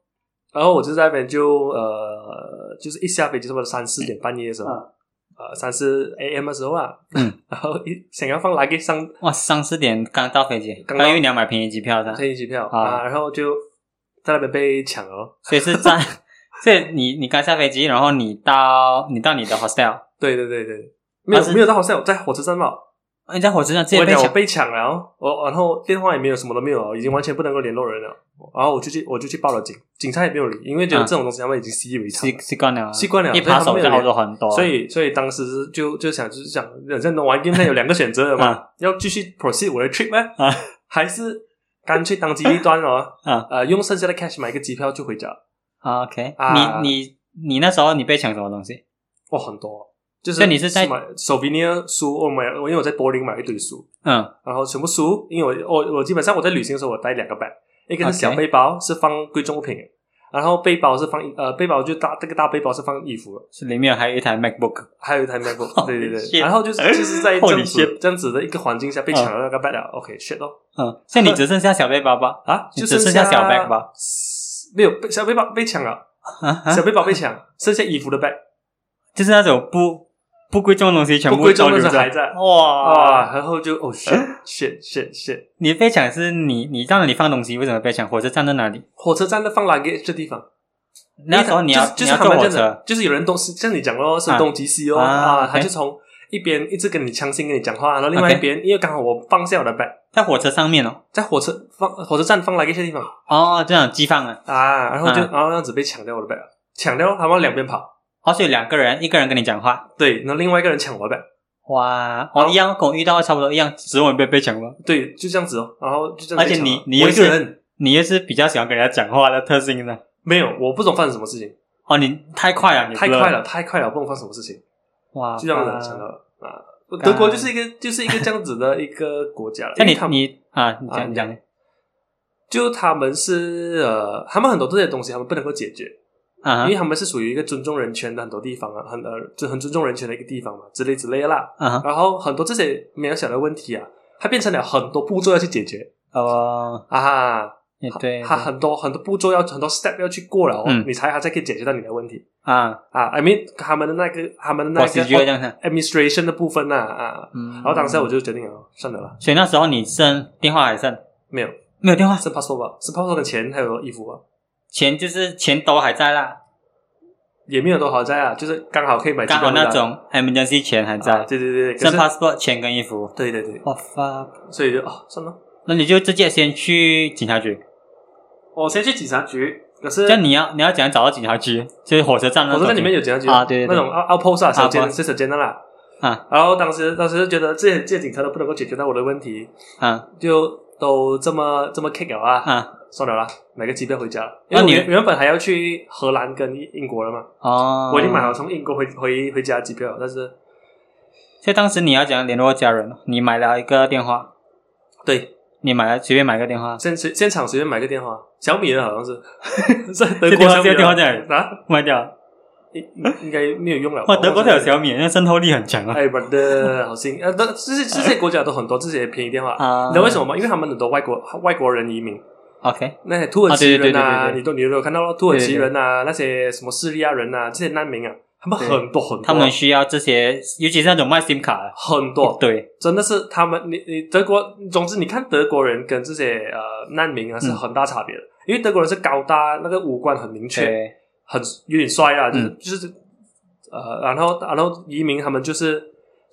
B: 然后我就在那边就呃，就是一下飞机差不多三四点半夜的时候，
A: 嗯
B: 呃三四 AM 的时候啊，
A: 嗯
B: 然后一想要放 luggage 上
A: 哇，三四点刚到飞机，
B: 刚
A: 刚
B: 到
A: 因为你要买便宜机票的，
B: 飞机票
A: 啊
B: 啊，然后就在那边被抢了，
A: 所以是在， 所以你你刚下飞机，然后你到你到你的 hostel，
B: 对对对对，没有
A: 啊但是
B: 没有到好像我在火车站嘛，
A: 哦你在火车上直接
B: 我
A: 被
B: 讲我
A: 抢，
B: 被抢了，我然后电话也没有，什么都没有了，已经完全不能够联络人了，然后我就去我就去报了警，警察也没有理，因为觉得
A: 嗯
B: 这种东西他们已经习以为常了
A: 习。习惯了，
B: 习惯了
A: 一扒手就好多很多，
B: 所以，所以当时是就就想，就是想，人生的玩 game 有两个选择的嘛，
A: 啊
B: 要继续 proceed 我的 trip 呢，
A: 啊
B: 还是干脆当机立断哦，
A: 啊
B: 呃，用剩下的 cash 买一个机票就回家。
A: 啊，OK，
B: 啊
A: 你你你那时候你被抢什么东西？
B: 哇，很多，就是
A: 所以你是在
B: 买 souvenir 书，我买，我因为我在柏林买一堆书，
A: 嗯
B: 然后全部书，因为我我我基本上我在旅行的时候我带两个 bag，一个是
A: OK
B: 小背包是放贵重物品的，然后背包是放呃背包就大这个大背包是放衣服的，
A: 是里面还有一台 MacBook，
B: 还有 一台 MacBook，对对
A: Holy
B: 对，
A: shit
B: 然后就是就是在这样
A: Holy shit
B: 子这样子的一个环境下被抢了那个 bag 了，OK shit 咯。
A: 嗯，所以你只剩下小背包吧？
B: 啊，
A: 你
B: 就
A: 只
B: 剩
A: 剩下小 bag 吧？
B: 没有，被小背包被抢了，
A: 啊啊
B: 小背包被抢，剩下衣服的 bag
A: 就是那种不不贵重的东西，全
B: 不
A: 部
B: 贵
A: 都
B: 重的
A: 留
B: 是
A: 着。啊
B: 还在
A: 哇！
B: 啊，然后就哦 shit shit shit shit，
A: 你被抢是你你到哪里放东西？为什么被抢？火车站在哪里？
B: 火车站的放 luggage 这地方，
A: 那时候你要、
B: 就是就
A: 你
B: 是
A: 要
B: 他
A: 坐
B: 们
A: 火
B: 真的
A: 车，
B: 就是有人东西像你讲咯，声东击西哦
A: 啊
B: 啊，他
A: OK
B: 就从一边一直跟你强行跟你讲话，然后另外一
A: OK
B: 边因为刚好我放下我的 bag，
A: 在火车上面哦。
B: 在火车放火车站放 luggage 的地方
A: 哦，这样机放啊。
B: 啊，然后就
A: 啊
B: 然后那样子被抢掉我的 bag，抢啊掉他们两边跑，
A: 哦，所以两个人，一个人跟你讲话。
B: 对，然后另外一个人抢我的 bag。
A: 哇，哦，一样，跟我遇到的差不多一样，只是我被被抢了。
B: 对，就这样子哦，然后就这样
A: 而
B: 被
A: 且
B: 抢了。
A: 你你
B: 我
A: 又
B: 一个
A: 是
B: 人
A: 你又是比较喜欢跟人家讲话的特性呢？
B: 没有，我不懂发生什么事情，
A: 哦，你太快了，你
B: 太快
A: 了，
B: 了，太快了，不懂发生什么事情，
A: 哇！
B: 就这样
A: 哇
B: 子想到了啊。德国就是一个就是一个这样子的一个国 家了，
A: 像
B: 因
A: 你
B: 为他们
A: 你啊，你
B: 啊
A: 讲你讲
B: 就他们是呃，他们很多这些东西他们不能够解决，因
A: 啊哈
B: 为他们是属于一个尊重人权的很多地方啊，很呃就很尊重人权的一个地方嘛，之类之类的啦。
A: 啊哈
B: 然后很多这些没有想的问题啊，它变成了很多步骤要去解决
A: 哦，
B: 啊，
A: 也对
B: 它
A: 对
B: 很多很多步骤要很多 step 要去过了哦，
A: 嗯
B: 你才还才可以解决到你的问题。
A: 啊，
B: 啊，I mean 他们的那个他们的那
A: 我是觉得这
B: 个
A: 样看。
B: administration 的部分呐啊，
A: 嗯，
B: 然后当时我就决定了，算了啦，
A: 所以那时候你剩电话还剩
B: 没有，
A: 没有电话？
B: 是 passport 吧，是 passport 的钱还有衣服啊吧，
A: 钱就是钱都还在啦，
B: 也没有多好在啊，就是刚好可以买机
A: 刚
B: 票
A: 好
B: 的啦
A: 那种 emergency 钱还
B: 啊，
A: 在，
B: 对对对，可
A: 剩
B: 是
A: passport 钱跟衣服。
B: 对对对，
A: 我 fuck，
B: 所以就哦算了，
A: 那你就直接先去警察局。
B: 我先去警察局，可是
A: 这样你要你要怎样找到警察局？就是火车站那
B: 我
A: 种。
B: 说在里面有警察局
A: 啊对对
B: 那
A: 对
B: 种 out outpost 啊，小间
A: outpost
B: 是小间的啦，
A: 啊
B: 然后当时当时就觉得这些这些警察都不能够解决到我的问题，
A: 啊
B: 就都这么这么 kick 了啊，
A: 啊
B: 算了啦，买个机票回家了，因
A: 那
B: 为我
A: 你
B: 原原本还要去荷兰跟英国了嘛。
A: 哦！
B: 我已经买好。从英国回回回家的机票了，但是
A: 所以当时你要怎样联络家人？你买了一个电话，
B: 对
A: 你买了随便买个电话，
B: 现随现场随便买个电话，小米的好像是， 在德国
A: 这电话
B: 小米
A: 这电话
B: 的
A: 在哪里
B: 啊，
A: 卖掉。
B: 应应应该没有用了。
A: 哇，德国
B: 的
A: 的有。小米，那渗透力很强啊。
B: 哎，我的好心，呃，但这些这些国家都很多这些便宜电话，
A: 啊
B: 你知道为什么吗？因为他们很多外国外国人移民，
A: ？OK，
B: 那些土耳其人
A: 啊对对对对对对
B: 你都你都有看到咯，土耳其人啊，那些什么叙利亚人啊，这些难民啊，他们
A: 对
B: 很多很多，
A: 他们需要这些，尤其是那种卖 SIM 卡的，
B: 很多，
A: 对
B: 真的是他们，你你德国，总之你看德国人跟这些呃难民啊是
A: 嗯
B: 很大差别的，因为德国人是高大，那个五官很明确，
A: 对
B: 很有点帅啊，就是、
A: 嗯
B: 就是呃，然后然后移民他们就是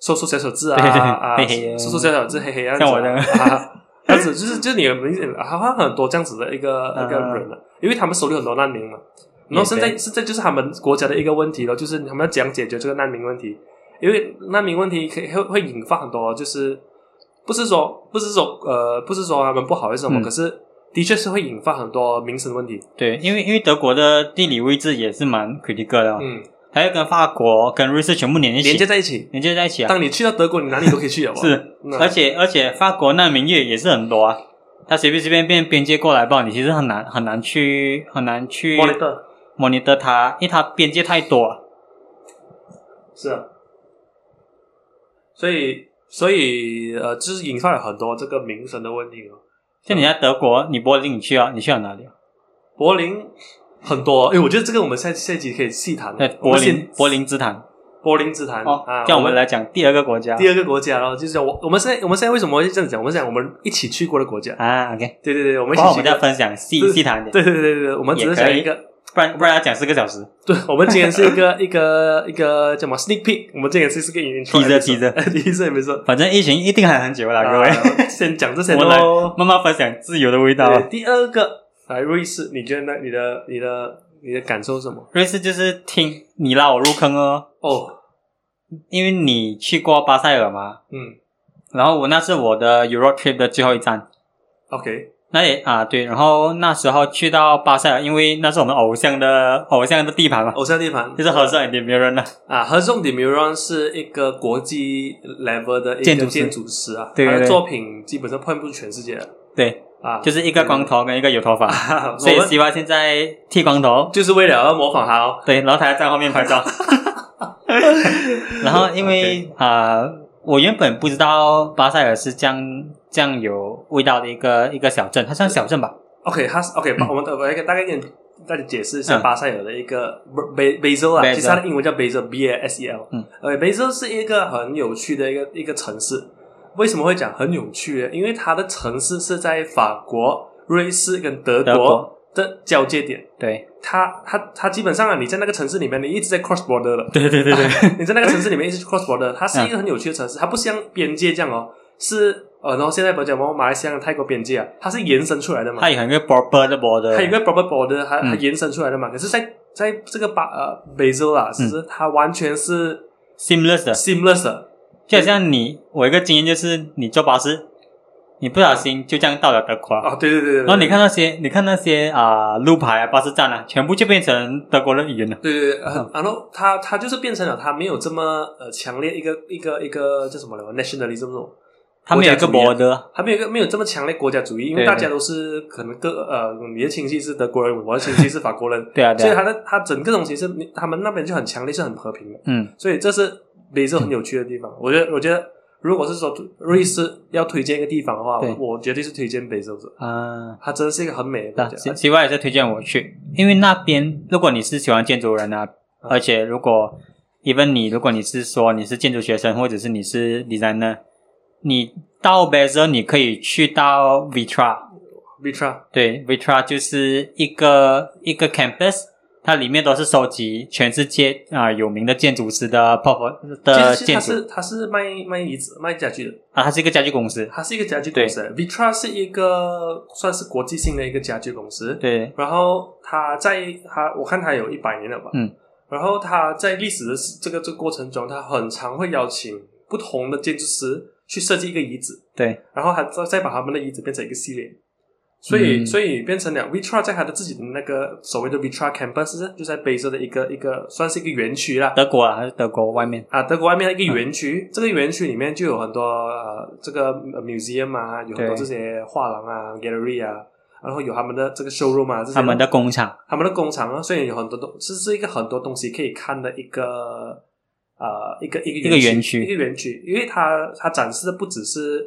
B: 瘦瘦小小只啊
A: 对对对
B: 啊，
A: 黑黑的
B: 瘦瘦小小只黑黑样子、啊，
A: 嗯像我这样
B: 啊这样子就是就是你很明显好像很多这样子的一个、
A: 嗯
B: 一个人了、因为他们手里很多难民嘛，然后现在现在就是他们国家的一个问题了，就是他们要讲解决这个难民问题，因为难民问题可以会会引发很多，就是不是说不是说呃不是说他们不好还是什么，
A: 嗯啊
B: 可是的确是会引发很多民生问题，
A: 对，因为因为德国的地理位置也是蛮 critical 的、哦，
B: 嗯，
A: 还要跟法国跟瑞士全部连一起，
B: 连接在一起。
A: 连接在一起啊，
B: 当你去到德国，你哪里都可以去了。
A: 是
B: 那，
A: 而且而且法国难民也也是很多啊，他随便随便便边界过来吧，你其实很难很难去很难去
B: m o n i t o
A: monitor 它，因为它边界太多啊，
B: 是啊。所以，所以呃，就是引发了很多这个民生的问题哦。
A: 像你在德国，你柏林你去啊，你去了哪里啊？
B: 柏林很多，哎，我觉得这个我们下下一集可以细谈。
A: 在
B: 嗯我
A: 柏
B: 们先
A: 林柏林之谈
B: 柏林之谈、
A: 哦
B: 啊，，
A: 这样我
B: 我
A: 们来讲第二个国家
B: 第二个国家咯，就是我我们现在我们现在为什么会这样讲？我们讲我们一起去过的国家。
A: 啊，OK，
B: 对对对，我们一
A: 然后
B: 起
A: 我
B: 去过
A: 们再。分享细
B: 对
A: 细谈一点，
B: 对对对对对，我们只是
A: 也
B: 讲
A: 可以
B: 一个，
A: 不然不然要讲四个小时，
B: 对，我们今天是一个一个一个叫什么 sneak peek，我们今天是是个 intro，
A: 提着提着
B: teaser 没错。
A: 反正疫情一定还很久啦，各位，
B: 啊先讲这些
A: 我来
B: 喽。
A: 慢慢分享自由的味道啊。
B: 对，第二个来瑞士，你觉得那你的你的你的感受是什么？
A: 瑞士就是听你拉我入坑哦，
B: 哦，
A: 因为你去过巴塞尔嘛，
B: 嗯
A: 然后我那是我的 Europe trip 的最后一站，
B: ，OK，
A: 那也啊对，然后那时候去到巴塞尔，因为那是我们偶像的偶像的地盘嘛，
B: 偶像地盘
A: 就是和尚 d e m i r 啊，
B: 啊，和颂 d e m u r o n 是一个国际 level 的一个
A: 建筑师
B: 建筑师啊，
A: 对
B: 他
A: 对
B: 的
A: 对
B: 作品基本上遍布全世界的
A: 对，
B: 啊，
A: 就是一个光头跟一个有头发，
B: 啊，
A: 所
B: 我
A: 以
B: 们
A: 希望现在剃光头，
B: 就是为了要模仿他哦。
A: 对，然后他还在后面 拍照，然后因为啊、我原本不知道巴塞尔是这样这样有味道的一个一个小镇，它算小镇吧？
B: OK，他是 OK，我们我来给大概给你大家解释一下
A: 嗯
B: 巴塞尔的一个 Ba- Basel 啊，
A: Basel
B: 其实它的英文叫 Basel，B A S E L。
A: 嗯，
B: 呃，Basel 是一个很有趣的一个一个城市。为什么会讲很有趣呢？因为它的城市是在法国、瑞士跟德
A: 德
B: 国
A: 国
B: 的交界点。
A: 对，
B: 它它它基本上啊，你在那个城市里面，你一直在 cross border 了。
A: 对对对对，
B: 你在那个城市里面一直去 cross border，它是一个很有趣的城
A: 嗯
B: 市，它不像边界这样哦，是呃，然后现在不讲我们马来西亚跟泰国边界啊，它是延伸出来的嘛。
A: 它有一个 proper 的 border，
B: 它有一个 proper border，它它
A: 嗯
B: 延伸出来的嘛。可是在，在这个巴呃北洲啦，其实它完全是
A: seamless 的，
B: seamless 的
A: 就好像你我有一个经验就是你坐巴士，你不小心就这样到了德国。
B: 啊，对对对对。
A: 然后你看，那些，你看那些啊、路牌啊、巴士站啊，全部就变成德国的语言了。
B: 对对对，呃然后它它就是变成了它没有这么呃强烈一个一个一个叫什么来着 nationalism 这种。
A: 他们有一个
B: 国家主义
A: border，
B: 还没有一个没有这么强烈国家主义，因为
A: 对对，
B: 大家都是可能各呃，你的亲戚是德国人，我的亲戚是法国人
A: 对啊
B: 所
A: 对
B: 以
A: 啊，
B: 它的它整个东西是你他们那边就很强烈，是很和平的。
A: 嗯，
B: 所以这是北洲很有趣的地方。我觉得，我觉得如果是说瑞士要推荐一个地方的话，
A: 对
B: 我绝对是推荐北洲的。
A: 啊，
B: 它真的是一个很美的
A: 那
B: 国家
A: 其。其外也是推荐我去，因为那边如果你是喜欢建筑人啊，而且如果 even 你如果你是说你是建筑学生或者是你是 designer，你到 Basel 你可以去到 Vitra，
B: Vitra
A: 对，Vitra 就是一个一个 campus，它里面都是收集全世界啊、有名的建筑师的 pop 的
B: 其实
A: 建
B: 它
A: 筑
B: 是它是卖卖椅子卖家具的，
A: 啊，它是一个家具公司，
B: 它是一个家具公司。Vitra 是一个算是国际性的一个家具公司。
A: 对，
B: 然后它在它我看它有一百年了吧，
A: 嗯。
B: 然后它在历史的这个这个过程中，它很常会邀请不同的建筑师去设计一个椅子。
A: 对，
B: 然后还再再把他们的椅子变成一个系列，所以、
A: 嗯
B: 所以变成了 Vitra 在它的自己的那个所谓的 Vitra Campus 就在北州的一个一个算是一个园区啦。
A: 德国啊，还是德国外面，
B: 啊，德国外面的一个园区，这个园区里面就有很多呃，这个呃 museum 啊，有很多
A: 对
B: 这些画廊啊、gallery 啊，然后有他们的这个 showroom 啊，这些
A: 他们的工厂，
B: 他们的工厂啊，所以有很多东，这是一个很多东西可以看的一个呃一个一个
A: 一个园区
B: 一个园区，因为它它展示的不只是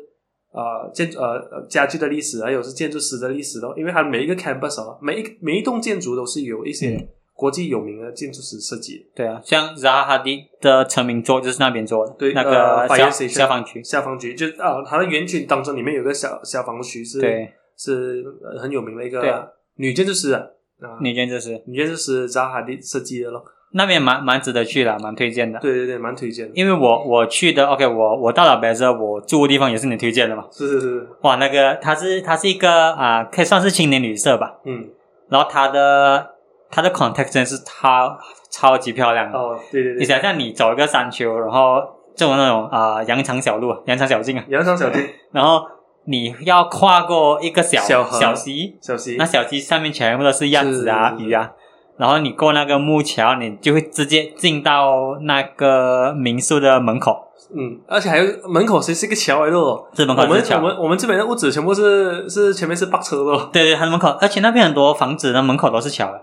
B: 呃建筑呃呃家具的历史，还有是建筑师的历史咯，因为它每一个 campus 哦，每一每一栋建筑都是有一些
A: 嗯
B: 国际有名的建筑师设计。
A: 对啊，像 Zaha Hadid 的成名作就是那边做的，
B: 对，
A: 那
B: 呃
A: 个
B: Fire
A: 消
B: Station
A: 消防局，
B: 下方局就啊，它的园区当中里面有个小消防局是
A: 对，
B: 是呃很有名的一
A: 对嗯
B: 个
A: 啊
B: 女建筑师啊，啊
A: 女建就是
B: 女建筑师扎哈迪设计的咯。
A: 那边蛮蛮值得去的，蛮推荐的。
B: 对对对，蛮推荐的。
A: 因为我我去的 OK，我我到了 b e z 我住的地方也是你推荐的嘛。
B: 是是是，
A: 哇，那个它是它是一个啊、可以算是青年旅社吧。
B: 嗯，
A: 然后它的它的 context 真是超超级漂亮的。
B: 哦，对对
A: 你
B: 对，
A: 想象你走一个山丘，然后这种那种啊、羊肠小路、羊肠小径啊，
B: 羊肠小径，
A: 然后你要跨过一个小
B: 小河
A: 溪，
B: 小溪
A: 那，小溪上面全部都是鸭子啊、
B: 是
A: 鱼啊，然后你过那个木桥，你就会直接进到那个民宿的门口，
B: 嗯，而且还有门口其实是一个桥来的哦。
A: 是门
B: 我
A: 口
B: 们
A: 是
B: 我
A: 桥。
B: 们我们这边的屋子全部是是前面是泊车的哦，
A: 对对，它的门口，而且那边很多房子的门口都是桥的。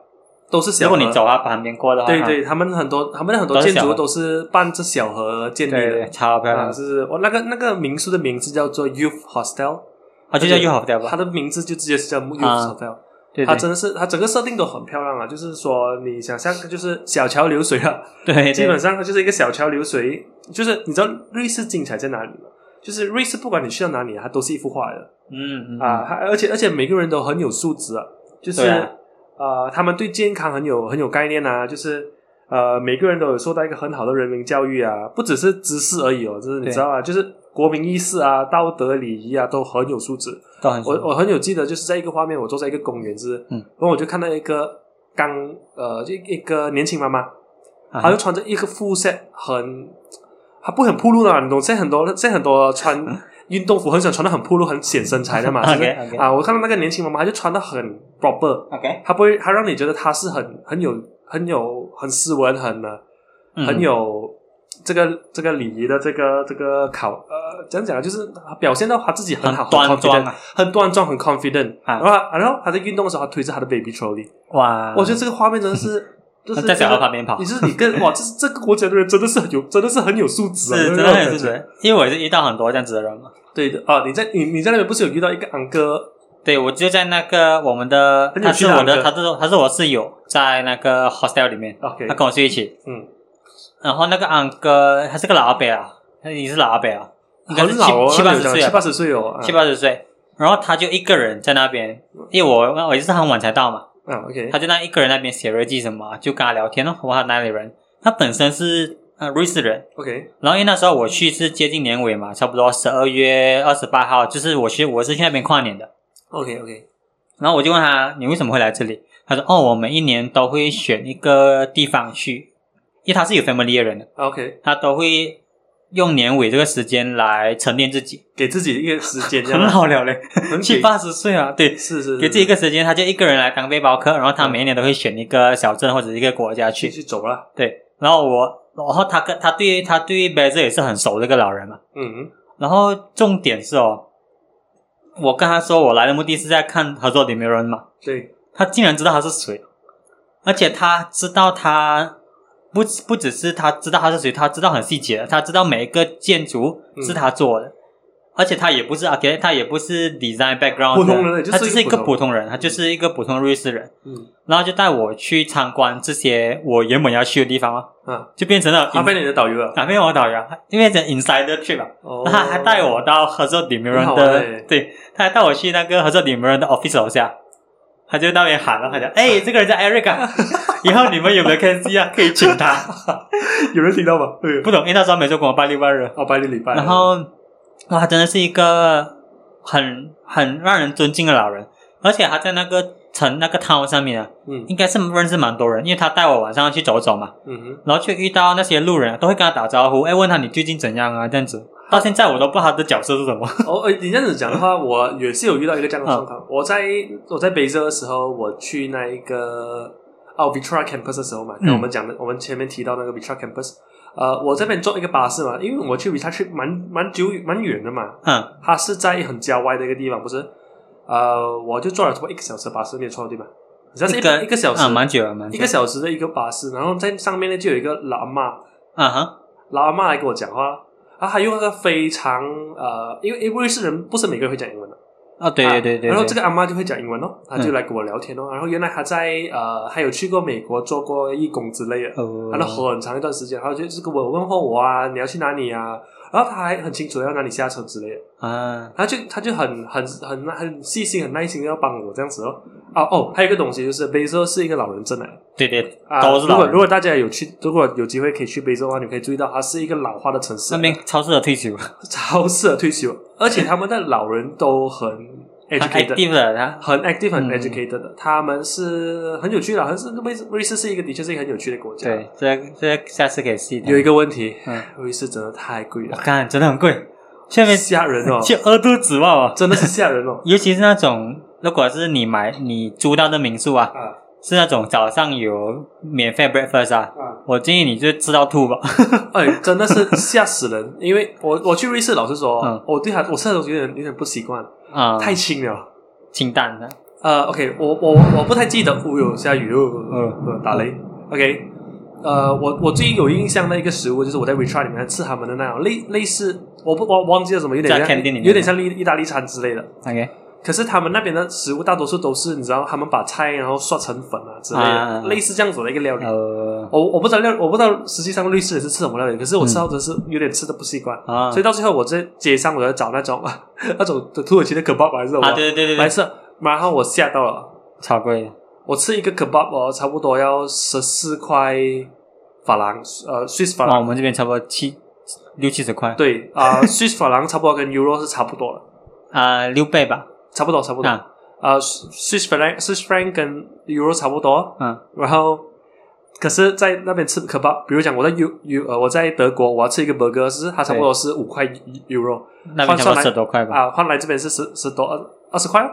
B: 都是小
A: 如
B: 河。
A: 果你走到旁边过的话，
B: 对对，他们很多他们很多
A: 都是
B: 建
A: 小
B: 筑
A: 河
B: 都是伴着小河建立
A: 对对，
B: 的。
A: 超漂
B: 啊，
A: 亮
B: 就。是我那个那个民宿的名字叫做 Youth Hostel，
A: 啊，就叫又好掉吧
B: 它。的名字就直接是叫 Youth
A: 啊
B: Hostel。
A: 对
B: 它
A: 对
B: 真的是，它整个设定都很漂亮啊！就是说，你想象就是小桥流水啊，
A: 对，
B: 基
A: 对
B: 本上它就是一个小桥流水。就是你知道瑞士精彩在哪里吗？就是瑞士，不管你去到哪里啊，它都是一幅画的
A: 嗯嗯
B: 啊！它而且而且每个人都很有素质啊，就是
A: 对啊
B: 呃，他们对健康很有很有概念啊，就是呃，每个人都有受到一个很好的人民教育啊，不只是知识而已哦，就是你
A: 对
B: 知道啊，就是国民意识啊、道德礼仪啊都很有素质。
A: 都很舒
B: 我
A: 服
B: 我很有记得，就是在一个画面，我坐在一个公园是，
A: 嗯
B: 然后我就看到一个刚呃，就一个年轻妈妈，
A: 啊
B: 她就穿着一个肤色很，她不很暴露啦，你懂？现在很多现在很多穿运动服很喜欢穿的很暴露，很显身材的嘛，就是
A: 嗯 OK，OK
B: 啊，我看到那个年轻妈妈，她就穿的很 proper，
A: OK，
B: 她不会，她让你觉得她是很很有很有很斯文，很呢
A: 嗯
B: 很有。这个这个礼仪的这个这个考呃，怎样讲啊？就是她表现到她自己很好，
A: 很端
B: confident
A: 庄啊。
B: 很端庄，很 confident、然
A: 啊
B: 后他，然后他在运动的时候，他推着他的 baby trolley，、
A: 哇，
B: 我觉得这个画面真的 是，就是
A: 在小河旁边跑
B: 你，就是你跟哇，这是这个国家的人真的是很有，真的是很有素质啊，
A: 是
B: 那
A: 真
B: 种
A: 的很有
B: 感
A: 素
B: 觉。
A: 质，因为我也是遇到很多这样子的人嘛。
B: 对的啊，你在你你在那边不是有遇到一个昂哥？
A: 对，我就在那个我们的，
B: 很有
A: 他
B: 趣
A: 是
B: 的啊
A: 我
B: 那个
A: 的，他是他是我室友，在那个 hostel 里面，
B: OK，
A: 他跟我睡一起。
B: 嗯，
A: 然后那个 uncle 他是个老阿伯啊，他已经是老阿伯啊，应该是
B: 很老哦，
A: 七七
B: 那
A: 八
B: 个
A: 十
B: 人
A: 岁
B: 七八
A: 啊，
B: 十岁哦，啊
A: 七八十岁。然后他就一个人在那边，因为我我也是很晚才到嘛，
B: 啊，OK，
A: 他就那一个人那边写日记什么啊，就跟他聊天哦，我他哪里人，他本身是呃瑞士人，
B: OK，
A: 然后因为那时候我去是接近年尾嘛，差不多十二月二十八号，就是我去我是去那边跨年的。
B: OK OK，
A: 然后我就问他你为什么会来这里？他说哦，我们一年都会选一个地方去，因为他是有 family 的人的，
B: OK，
A: 他都会用年尾这个时间来沉淀自己，
B: 给自己一个时间，这样
A: 很
B: 啊
A: 好聊嘞，
B: 很
A: 七
B: 给
A: 八十岁啊，对。
B: 是是
A: 给自己一个时间，他就一个人来当背包客，然后他每一年都会选一个小镇或者一个国家
B: 去
A: 去。
B: 去走了，
A: 对，然后我，然后他跟他对他对 b e z 也是很熟的一个老人嘛，
B: 嗯
A: 然后重点是哦，我跟他说我来的目的是在看合作里面有人嘛，
B: 对，
A: 他竟然知道他是谁，而且他知道他不不只是他知道他是谁，他知道很细节的，他知道每一个建筑是他做的，而且他也不是 a r 他也不是 design background，的
B: 普通人就是一个
A: 他只是一个
B: 普
A: 普通人，他就是一个普通瑞士人，
B: 嗯
A: 然后就带我去参观这些我原本要去的地方啊，
B: 啊，
A: 就变成了
B: 他被你的导游了，
A: 哪边我导游，因为讲 insider trip 啊。
B: 哦，
A: 然后他 还带我到合作里面
B: 很好
A: 人
B: 玩
A: 的，
B: 欸
A: 对，他还带我去那个合作里面人的 office 楼下，他就那边喊了，他讲：“哎，这个人叫 Eric，、啊、以后你们有没有 can see 啊？可以请 他。
B: 有人听到吗？对，
A: 不懂，因为那时候没做跟我拜六拜日，
B: 哦，拜六礼拜，
A: 然后哇，他真的是一个很很让人尊敬的老人，而且他在那个城那个 town 上面啊，
B: 嗯
A: 应该是认识蛮多人，因为他带我晚上去走走嘛，
B: 嗯哼。
A: 然后就遇到那些路人啊，都会跟他打招呼，哎，问他你最近怎样啊？这样子，到现在我都不知道他的角色是什么。
B: 哦，哎，你这样子讲的话，我也是有遇到一个这样的状
A: 嗯
B: 况。我在我在北州的时候，我去那一个哦 Vitra Campus 的时候嘛，跟
A: 嗯
B: 我们讲的，我们前面提到那个 Vitra Campus，呃，我这边坐一个巴士嘛，因为我去 Vitra 去蛮蛮久蛮远的嘛，
A: 嗯，
B: 它是在很郊外的一个地方，不是？呃，我就坐了差不多一个小时的巴士，没有错对吧？好像是一
A: 一个
B: 一个小时，
A: 啊，蛮久了，蛮
B: 一
A: 久
B: 个小时的一个巴士，然后在上面呢就有一个老阿嬷，
A: 啊哈，
B: 老阿嬷来跟我讲话，啊，还用那个非常呃，因为因为瑞士人不是每个人会讲英文的。
A: 啊，对对对对，
B: 然后这
A: 个
B: 个阿妈就会讲英文哦，她就
A: 嗯
B: 来跟我聊天哦。然后原来她在呃，还有去过美国做过义工之类的，
A: 呃，
B: 她都很长一段时间，然后就是跟我问候我啊，你要去哪里啊？然后她还很清楚要哪里下车之类的，
A: 啊，
B: 她就她就很很很很细心、很耐心的要帮我这样子哦。啊哦，还有一个东西就是贝州是一个老人症来的
A: 对对，
B: 啊，
A: 都是
B: 如
A: 老
B: 果
A: 人
B: 如果大家有去，如果有机会可以去贝州的话，你可以注意到它是一个老化的城市
A: 那，边超适合退休，
B: 超适合退休，而且他们的老人都很
A: 他
B: educated。
A: active 了，他
B: 很 active、很
A: 嗯
B: educated 的，他们是很有趣的，还是瑞士瑞士是一个的确是一个很有趣的国家。，
A: 对，这这下次可以试一下
B: 有一，个问题，
A: 嗯，
B: 瑞士真的太贵
A: 我
B: 了，
A: 看真的很贵，下面
B: 吓人哦，
A: 就饿肚子哇哦，
B: 真的是吓人哦
A: 尤其是那种如果是你买你租到的民宿啊，
B: 啊
A: 是那种早上有免费 breakfast 啊，
B: 啊！
A: 我建议你就吃到吐吧，
B: 哎，真的是吓死人，因为我我去瑞士，老实说，
A: 嗯
B: 我对他我吃的东西有点有点不习惯，
A: 啊，
B: 太轻了。
A: 清淡了，
B: 呃，OK，我我我不太记得，哦哟，下雨哦，
A: 嗯
B: 呃打雷，OK，呃，我我最有印象的一个食物就是我在 Retry 里面吃他们的那种类类似，我不我忘记了什么，有点
A: 在 canteen
B: 像
A: 里面
B: 有点像意意大利餐之类的。
A: ，OK，
B: 可是他们那边的食物大多数都是你知道，他们把菜然后刷成粉啊之类的，
A: 啊
B: 类似这样子的一个料理。
A: 呃，
B: 我我不知道料，我不知道实际上律师也是吃什么料理，可是我吃到真是有点吃的不习惯，
A: 嗯啊，
B: 所以到最后我在街上我要找那种 那种土耳其的 kebab 还是什么，
A: 啊，对对对
B: 白
A: 对，
B: 色，然后我吓到了。
A: 超贵的，
B: 我吃一个 kebab 哦，差不多要十四块法郎，呃，Swiss 法
A: 啊，
B: 郎，
A: 我们这边差不多七六七十块，
B: 对 啊、s w i s s 法郎差不多跟 Euro 是差不多的，
A: 啊，六倍吧，
B: 差不多差不多啊、
A: 啊，
B: ，Swiss 法郎 Swiss franc 跟 Euro 差不多，
A: 嗯
B: 然后可是，在那边吃 kebab，比如讲我在 U U 呃我在德国，我要吃一个 burger 是它差不多是五块 Euro
A: 那边差不多十多块吧，
B: 啊，换来这边是十十多二二十块哦，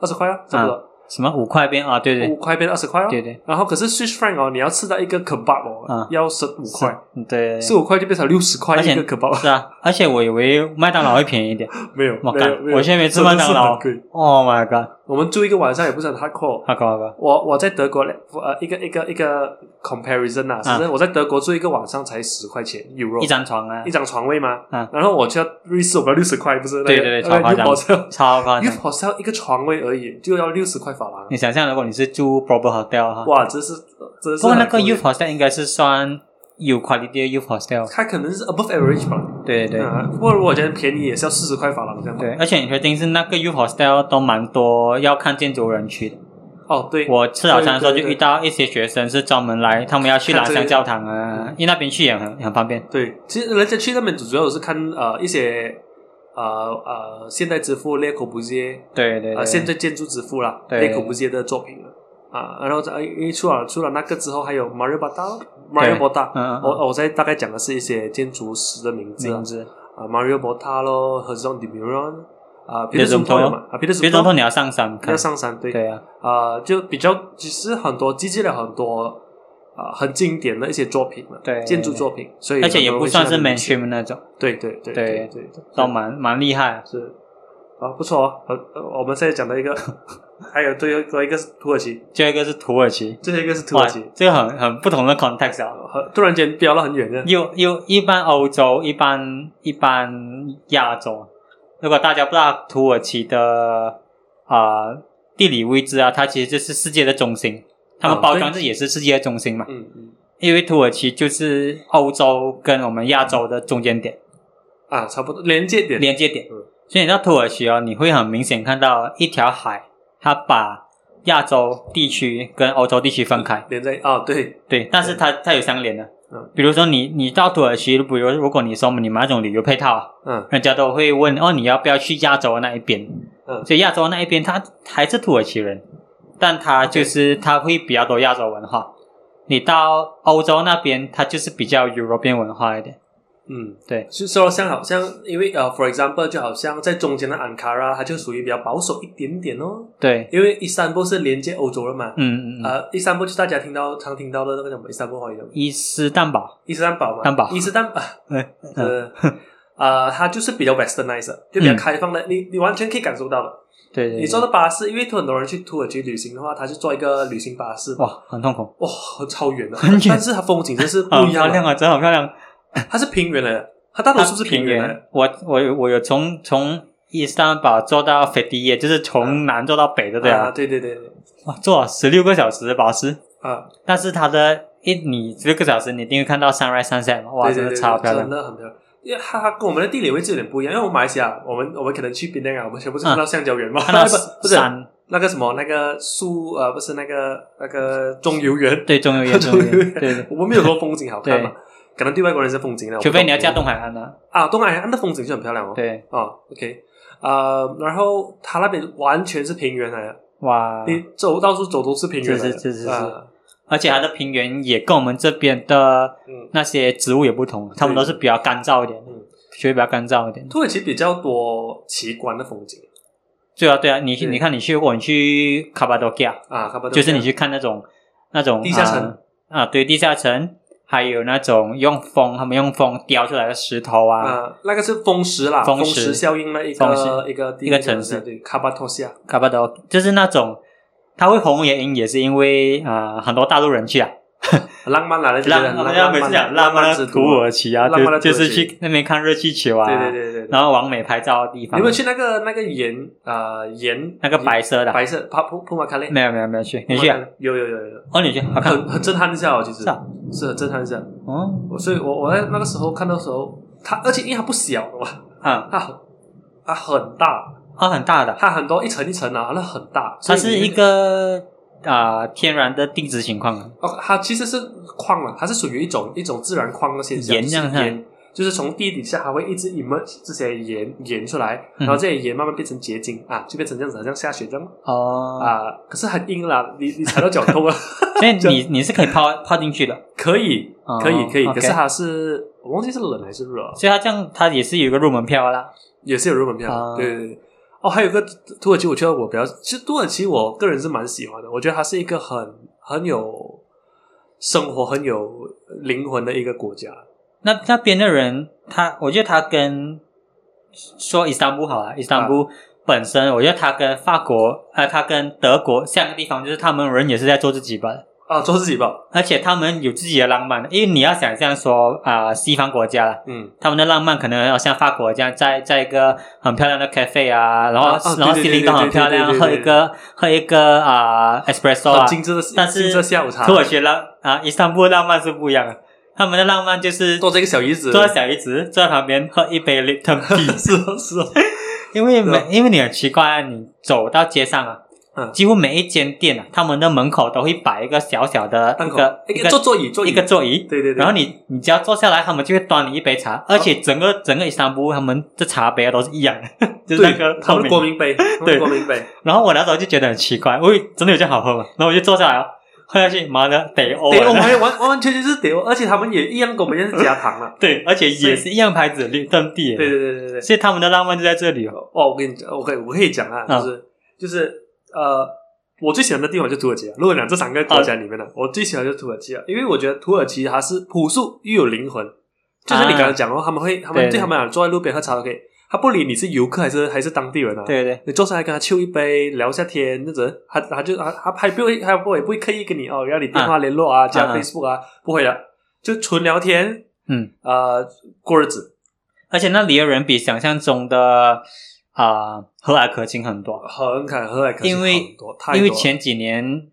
B: 二十块哦，差不多
A: 什么五块边啊，对啊对
B: 五块变二十块哦。
A: 对对，
B: 然后可是 Swiss franc 哦，你要吃到一个 kebab 哦，
A: 啊
B: 要十五块，
A: 嗯对，
B: 四五块就变成六十块
A: 而且
B: 一个可 包，
A: 是啊，而且我以为麦当劳会便宜一点。
B: 没有，
A: 我
B: 没有，
A: 干
B: 没，有
A: 我现在没吃
B: 真的
A: 麦当
B: 是
A: 劳
B: 很贵。
A: ，Oh my god，
B: 我们住一个晚上也不是很 hardcore。
A: 好高好高，
B: 我我在德国嘞，呃，一个一个一个 comparison 啊，
A: 啊
B: 是我在德国住一个晚上才十块钱
A: 一
B: euro，
A: 张床啊
B: 一，张床位吗？
A: 啊
B: 然后我去到瑞士，我要六十块，不是？
A: 对对对
B: 那个
A: 超夸张
B: youth hotel
A: 超夸张
B: youth。hotel 一个床位而已，就要六十块法郎
A: 你，想象，如果你是住 proper hotel 哈，
B: 哇，这是真的
A: 不
B: 是
A: 过
B: 很贵。
A: 那个 youth hostel 应该是算有 quality 的 youth hostel。
B: 它可能是 above average 吧，
A: 对对对
B: 嗯不过如果我觉得便宜也是要四十块法郎这样。
A: 对，而且你确定是那个 youth hostel 都蛮多要看建筑人区的。
B: 哦，对，
A: 我吃早餐的时候就
B: 对对对
A: 遇到一些学生是专门来，他们要去
B: 看
A: 蓝
B: 这个
A: 翔教堂啊，因为那边去也很很方便。
B: 对，其实人家去那边主要是看呃一些呃呃现代之父列口布耶
A: 对对
B: 啊
A: 对，
B: 现代建筑之父啦
A: 对
B: 列口布耶的作品了啊，然后呃因为除了除了那个之后，还有马瑞巴达马瑞
A: 对
B: 波达，
A: 嗯嗯嗯
B: 我我在大概讲的是一些建筑师的名字啊
A: 名字。
B: 啊马瑞波达咯，和 John de Meuron 啊，彼
A: Peter
B: 得松
A: Zumthor
B: 托嘛啊，彼得
A: 别
B: 松
A: 总
B: 托
A: 统你要上山看
B: 要。上山对
A: 对啊，
B: 啊，就比较其实很多积积了很多啊很经典的一些作品嘛，
A: 对
B: 建筑作品，所以
A: 而且也
B: 很多
A: 不
B: 人会去
A: 算
B: 那
A: 是
B: 边旅行
A: mainstream 那种，
B: 对对对
A: 对
B: 对对，
A: 都蛮蛮厉害。
B: 是啊，不错哦。呃，呃我们现在讲到一 个，还有最后多一个是土耳其，
A: 最后一个是土耳其，
B: 最后一个是土耳其
A: 哇，这个很很不同的 context 啊。
B: 呃突然间飙了很远的。
A: 又又一般欧洲，一般一般亚洲。如果大家不知道土耳其的啊、呃地理位置啊，它其实就是世界的中心，他们
B: 啊
A: 包
B: 对
A: 装这也是世界的中心嘛。
B: 嗯嗯
A: 因为土耳其就是欧洲跟我们亚洲的中间点、
B: 啊，差不多连接点
A: 连接点
B: 嗯，
A: 所以你到土耳其哦，你会很明显看到一条海，它把亚洲地区跟欧洲地区分开。
B: 连在啊，对，
A: 对，但是它它有相连的
B: 嗯。
A: 比如说你你到土耳其，比如如果你说你买那种旅游配套，
B: 嗯
A: 人家都会问哦，你要不要去亚洲那一边？
B: 嗯
A: 所以亚洲那一边他还是土耳其人，但他就是他会比较多亚洲文化。你到欧洲那边，他就是比较 European 文化一点。
B: 嗯，
A: 对，
B: 就说像好像因为呃，for example，就好像在中间的安卡拉，它就属于比较保守一点点哦，
A: 对，
B: 因为伊斯坦布尔是连接欧洲的嘛。
A: 嗯嗯嗯，
B: 呃，伊斯坦布尔就是大家听到常听到的那个叫什么伊斯坦布尔好像
A: 伊斯坦堡，
B: 伊斯坦堡嘛，
A: 坦堡
B: 伊斯坦堡，
A: 嗯
B: 呃，呃，它就是比较 westernized，的就比较
A: 嗯
B: 开放的，你你完全可以感受到的。
A: 对对，
B: 你坐的巴士，因为很多人去土耳其旅行的话，他就坐一个旅行巴士，哇，
A: 哇，很痛苦，
B: 超远的，
A: 很远
B: 但是它风景真是不
A: 好
B: 一
A: 漂
B: 样
A: 亮
B: 的，
A: 啊，真好漂亮。
B: 它是平原来的，它大多数是啊
A: 平
B: 平原来的，
A: 我我有我有从从伊斯坦堡坐到斐迪耶，就是从南坐到北的，对
B: 啊，
A: 啊，
B: 对对对对，
A: 哇，坐十六个小时的巴士，
B: 啊，
A: 但是它的一你十六个小时，你一定会看到 sunrise sunset，嘛哇，
B: 对
A: 真
B: 对
A: 的
B: 对，
A: 超漂亮
B: 真。的很漂亮。因为它它跟我们的地理位置有点不一样，因为我们马来西亚，我们我们可能去槟城啊，我们全部是看到橡胶园嘛，
A: 看到
B: 不 不是
A: 山，
B: 那个什么那个树呃，不是那个那个中游园，
A: 对，中游园， 中游
B: 中游
A: 园，
B: 园
A: 对，对
B: 我们没有说风景好看嘛
A: 对，
B: 可能对外国人是风景了，
A: 除非你要嫁
B: 东
A: 东海 岸啊，
B: 啊，东海岸的风景就很漂亮哦。
A: 对，
B: 哦，OK，呃，然后它那边完全是平原来的，
A: 哇，
B: 你走到处走都是平原来的，
A: 是是是是是
B: 啊
A: 而且它的平原也跟我们这边的
B: 嗯，
A: 那些植物也不同，它们都是比较干燥一点的
B: 嗯，
A: 学比较干燥一点。
B: 土耳其比较多奇观的风景
A: 对啊，对啊，你
B: 对
A: 你看，你去如果你去卡巴多基亚，
B: 啊，差不多
A: 就是你去看那种那种
B: 地下城
A: 啊啊，对，地下城，还有那种用风，他们用风雕出来的石头啊，
B: 啊，那个是风石啦，
A: 风
B: 风
A: 石
B: 效应的一
A: 风
B: 个
A: 石
B: 一个地
A: 一个城市
B: 对，卡巴托西亚
A: 卡巴多就是那种，它会红原因也是因为啊、很多大陆人去啊，
B: 很浪漫啦，那就觉得
A: 浪
B: 很
A: 我们
B: 漫
A: 要每次讲
B: 浪
A: 浪漫
B: 之
A: 的
B: 都
A: 土
B: 啊，
A: 耳其啊，
B: 浪漫的
A: 就
B: 土
A: 就
B: 耳其
A: 是去那边看热气球啊，
B: 对对对对对。
A: 然后往美拍照的地
B: 你
A: 方，
B: 有没有去那个那个盐啊盐
A: 那个白色的？
B: 白色帕普普马卡雷？
A: 没有没有没有去，你去、啊？
B: 有有有有 有，
A: 哦，你去，好看
B: 很很震撼一下哦，其实
A: 是啊
B: 是很震撼一下。
A: 哦
B: 我所以我，我在那个时候看到的时候，它而且因为它不小的嘛，
A: 啊，
B: 它很它很大，
A: 它很大的，
B: 它很多一层一层啊，那很大。
A: 它
B: 所以
A: 是
B: 你
A: 一个啊、天然的地质情况啊，
B: 哦，它其实是矿了，它是属于一种一种自然矿的现象，
A: 盐
B: 就是
A: 这样看
B: 盐就是从地底下它会一直 emerge 这些盐盐出来，
A: 嗯
B: 然后这些盐慢慢变成结晶啊，就变成这样子，好像下雪这样
A: 哦
B: 啊、可是很硬啦，你你踩到脚痛啊，
A: 所以 你你是可以泡泡进去的，
B: 可以
A: 哦
B: 可以可以，可
A: OK
B: 是它是我忘记是冷还是热，啊
A: 所以它这样它也是有一个入门票啦。
B: 也是有入门票，
A: 啊
B: 对对对。哦，还有一个土耳其，我觉得我比较，其实土耳其我个人是蛮喜欢的，我觉得它是一个很很有生活、很有灵魂的一个国家。
A: 那那边的人，他我觉得他跟说伊斯坦布好啊，伊斯坦布本身，我觉得他跟法国，呃，他跟德国像个地方，就是他们人也是在做自己吧，
B: 啊，做自己吧，
A: 而且他们有自己的浪漫，因为你要想象说啊、西方国家啦。
B: 嗯，
A: 他们的浪漫可能要像法国这样，在在一个很漂亮的 cafe 啊，然后、
B: 啊啊
A: 然后
B: 对
A: 心
B: 对对
A: 灵都
B: 对
A: 很
B: 对
A: 漂亮，
B: 对对
A: 喝
B: 对
A: 一个喝一个啊、espresso 啊
B: 很，精致的，
A: 但是
B: 精致的下午茶，
A: 土耳其浪啊，伊斯坦布尔浪漫是不一样的，他们的浪漫就是
B: 坐这个小椅子，
A: 坐在小椅子，坐在旁边喝一杯 Lipton Tea，
B: 是哦是哦，
A: 因为每
B: 对
A: 因为你很奇怪啊，你走到街上啊，
B: 嗯
A: 几乎每一间店啊，他们的门口都会摆一个小小的
B: 档
A: 一
B: 口
A: 个，
B: 一
A: 一
B: 个
A: 个
B: 坐座椅，座椅
A: 一个，座椅，
B: 对对对，
A: 然后你你只要坐下来，他们就会端你一杯茶，而且整个整个伊斯坦布尔他们的茶杯啊都是一样 的，就是
B: 对
A: 那个
B: 他
A: 透
B: 们的国
A: 明。
B: 民 杯，他们的
A: 对
B: 国民杯，
A: 然后我那时候就觉得很奇怪，喂，真的有这样好喝吗？然后我就坐下来哦，喝下去，妈的，得欧
B: 对，我
A: 了。，
B: 们完完完全全是德，而且他们也一样跟我们一样是加糖了
A: 对，而且也是一样牌子的绿邓地耶，
B: 对对对对对，
A: 所以他们的浪漫就在这里哦。
B: 哦，我跟你讲，我可以我可以讲啊，
A: 嗯
B: 就是就是呃，我最喜欢的地方就是土耳其啊。如果讲这三个国家里面的，我最喜欢就是土耳其啊，因为我觉得土耳其它是朴素又有灵魂，就像你刚刚讲哦，他们会他们
A: 啊对
B: 对他们俩坐在路边喝茶都可以，他不理你是游客还是还是当地人啊。
A: 对对
B: 你坐下来跟他秀一杯，聊一下天，那种，他他就他他还不会，他不会不会刻意跟你哦，要你电话联络啊，加
A: 嗯嗯
B: Facebook 啊，不会的，就纯聊天，
A: 嗯，
B: 呃，过日子，
A: 而且那里的人比想象中的啊、和蔼可亲很多。
B: 很感和蔼可亲
A: 因为
B: 很多，太多
A: 因为
B: 了
A: 前几年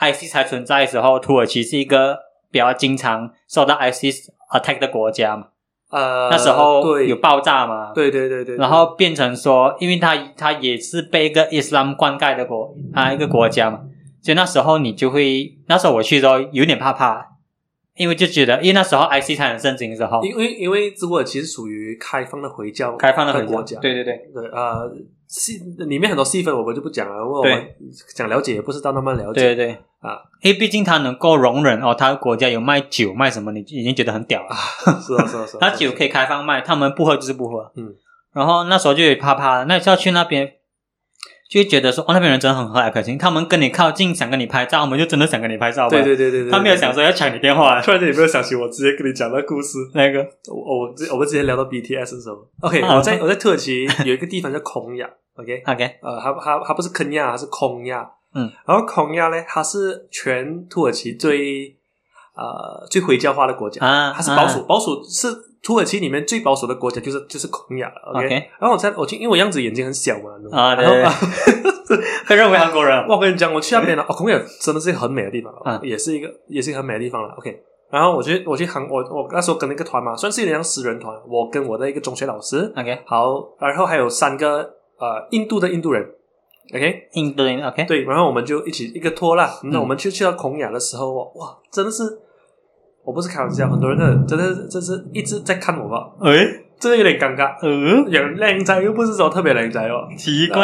A: ISIS 还存在的时候，土耳其是一个比较经常受到 ISIS attack 的国家嘛，
B: 呃，
A: 那时候
B: 对
A: 有爆炸嘛，
B: 对对对对，
A: 然后变成说，因为它它也是被一个伊斯兰灌溉的国啊一个国家嘛，所以那时候你就会，那时候我去的时候有点怕怕，因为就觉得，因为那时候 IC 才很盛行的时候，
B: 因为因为土耳其是属于开放的回教
A: 开放的很
B: 国家，
A: 对对对，
B: 对呃细里面很多细分我们就不讲了，因为我们想了解也不是到那么了解
A: 对对对
B: 啊，
A: 因为毕竟它能够容忍哦，它国家有卖酒卖什么，你已经觉得很屌了。
B: 是啊是啊是啊，
A: 它酒可以开放卖，他们不喝就是不喝，
B: 嗯，
A: 然后那时候就有怕怕，那要去那边。就会觉得说，哦，那边人真的很和蔼可亲，他们跟你靠近，想跟你拍照，我们就真的想跟你拍照。
B: 对对对对对，
A: 啊他没有想说要抢你电 话
B: 对。，突然间有没有想起我直接跟你讲那故事？
A: 那个
B: 我我之我们之前聊到 BTS 的时候，OK，
A: 啊
B: 我在我在土耳其有一个地方叫孔雅，OK，
A: OK，
B: 呃，它它它不是肯亚，它是孔亚。
A: 嗯，
B: 然后孔亚呢，它是全土耳其最呃最回教化的国家
A: 啊
B: 它是保守、
A: 啊
B: 保守是土耳其里面最保守的国家就是就是孔雅了
A: OK，,
B: 然后我在我去，因为我样子眼睛很小嘛，你懂吗
A: 啊，对
B: 然后
A: 对对，被认为韩国 人。
B: 哇 我跟你讲，我去那边了，哦，孔也真的是一个很美的地方，
A: 嗯
B: 也是一个也是一个很美的地方了。OK，然后我去我去韩，我我那时候跟了一个团嘛，算是有点像私人团，我跟我的一个中学老师，
A: OK，
B: 好，然后还有三个呃印度的印度人，OK，
A: 印度人 OK，
B: 对，然后我们就一起一个拖啦。那
A: 嗯
B: 我们去去到孔雅的时候，哇哇，真的是，我不是开玩笑，很多人真的真的是真是一直在看我吧，
A: 哎，
B: 真的有点尴尬，
A: 呃，
B: 有靓仔又不是说特别靓仔哦，
A: 奇怪，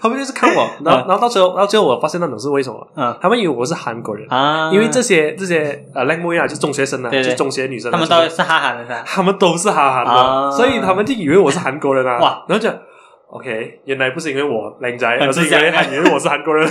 B: 他们就是看我， 然后
A: 嗯
B: 然后到最后，到最后我发现那种是为什么。
A: 嗯
B: 他们以为我是韩国人，
A: 啊，
B: 因为这些这些呃靓妹啊，就中学生啊，
A: 对对
B: 就中学女生啊，
A: 他们
B: 就
A: 都
B: 是
A: 是哈韩的噻。
B: 他们都是哈韩的，
A: 啊
B: 所以他们就以为我是韩国人啊。
A: 哇，
B: 然后就 OK，原来不是因为我靓仔，
A: 很
B: 而是因
A: 自
B: 为
A: 然
B: 他以为我是韩国 人。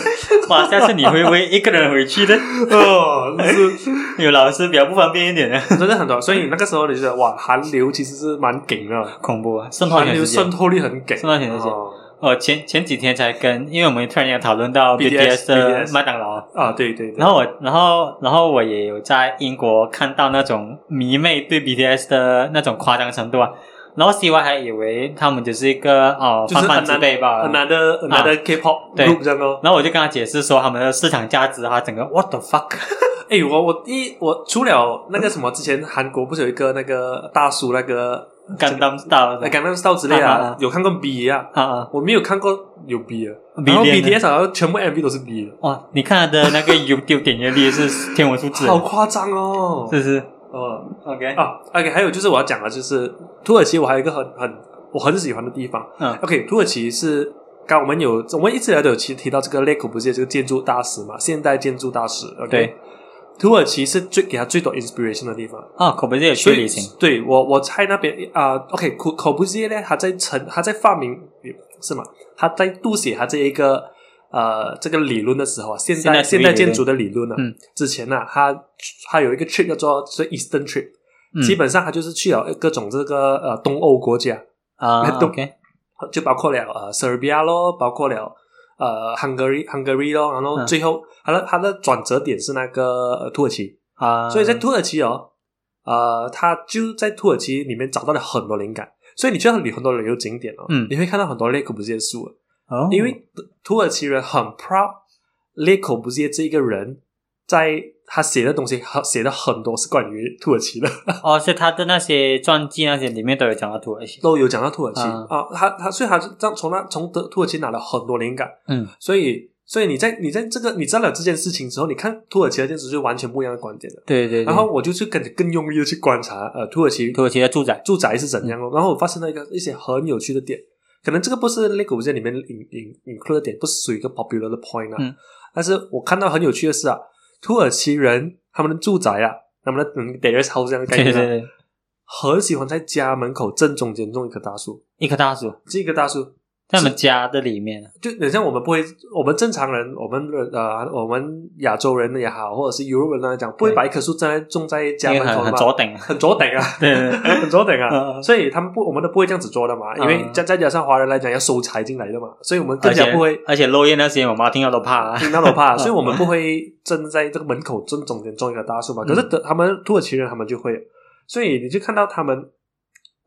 A: 哇，下次你会不会一个人回去 的？
B: 哦，就是
A: 有老师比较不方便一点的，
B: 真的很多，所以那个时候你就觉得哇，韩流其实是蛮梗的，
A: 恐怖啊！渗透
B: 韩
A: 全
B: 流
A: 世界
B: 渗。透力很梗，
A: 渗透全世界
B: 哦
A: 我前前几天才跟，因为我们突然间讨论到
B: BTS
A: BTS 的
B: BTS
A: 麦当劳，
B: 啊，对对对
A: 然，后我，然后，然后我也有在英国看到那种迷妹对 BTS 的那种夸张程度啊。然后 CY 还以为他们只是一个哦
B: 就是
A: 泛泛之
B: another-
A: 辈吧。
B: another another K-pop
A: 呃啊对
B: group 这样哦。
A: 然后我就跟他解释说他们的市场价值啊，整个 what the fuck
B: 哎，我我一我除了那个什么，之前韩国不是有一个那个大叔那个
A: Gundam Star
B: 那《感染到之类
A: 啊啊
B: 啊
A: 啊，
B: 有看过 B 啊？
A: 啊啊
B: 我没有看过有 B 的，然后
A: ，B
B: BTS 好像全部 MV 都是 B 的，
A: 哇，你看他的那 个 YouTube 点阅率是天文数字，
B: 好夸张哦！
A: 是不是
B: 呃
A: ？OK，
B: 啊，OK，还有就是我要讲的，就是土耳其，我还有一个很很我很喜欢的地方。
A: 嗯
B: OK，土耳其是刚我们有我们一直以来都有提提到这个列古布谢这个建筑大师嘛，现代建筑大师。OK，
A: 对
B: 土耳其是最给他最多 inspiration 的地方。
A: 啊，可不是有去
B: 所以
A: 旅行，
B: 对我我猜那边啊、o k 口口不是呢，他在成他在发明是吗？他在读写他这一个呃这个理论的时候啊，现代
A: 现
B: 现
A: 代
B: 代
A: 主义
B: 建筑的理论呢、
A: 嗯
B: 之前呢、他他有一个 trip 叫做是 Eastern trip，、
A: 嗯
B: 基本上他就是去了各种这个呃东欧国家，
A: 啊
B: 都
A: ，OK，
B: 就包括了呃 Serbia 咯，包括了呃 Hungary Hungary 咯，然后
A: 嗯
B: 最后他的他的转折点是那个、呃土耳其，
A: 啊，
B: 所以在土耳其哦，呃，他就在土耳其里面找到了很多灵感。所以你去到旅很多旅游景点哦，
A: 嗯
B: 你会看到很多列口不接的书，
A: 哦
B: 因为土耳其人很 proud 列口不接这一个人，在他写的东西很写的很多是关于土耳其的，
A: 哦，是他的那些传记那些里面都有讲到土耳其，
B: 都有讲到土耳其
A: 啊
B: 啊、他他所以他就这样从那从德土耳其拿了很多灵感，
A: 嗯，
B: 所以所以你在你在这个你知道了这件事情之后，你看土耳其的建筑就完全不一样的观点了。
A: 对对对，
B: 然后我就去更更用力的去观察呃土耳其
A: 土耳其的住宅，
B: 住宅是怎样哦。然后我发现了一个一些很有趣的点，可能这个不是那个文件里面引引引 include 的点，不是属于一个 popular 的 point 啊。
A: 嗯
B: 但是我看到很有趣的是啊，土耳其人他们的住宅啊，他们的嗯 terrace house 这样的概
A: 对
B: 念、啊，
A: 对对，
B: 很喜欢在家门口正中间种一棵大树，
A: 一棵大树
B: 这个大树。
A: 在我们家的里面，啊
B: 就很像我们不会，我们正常人，我们呃，我们亚洲人也好，或者是游人来讲，不会
A: 对
B: 把一棵树站在种在家
A: 因为
B: 门口
A: 很
B: 的嘛，
A: 很左顶，
B: 很左等啊，
A: 对对 对
B: 很左等
A: 嗯
B: 啊，
A: 嗯
B: 所以他们不，我们都不会这样子做的嘛，因为
A: 嗯
B: 再再加上华人来讲要收财进来的嘛，所以我们更
A: 而
B: 加
A: 且
B: 不 会
A: 而且漏夜那些我妈听到都怕啊，
B: 听到的怕，
A: 嗯
B: 所以我们不会真的在这个门口正中间种一棵大树嘛。
A: 嗯
B: 可是德他们土耳其人他们就会，所以你就看到他们，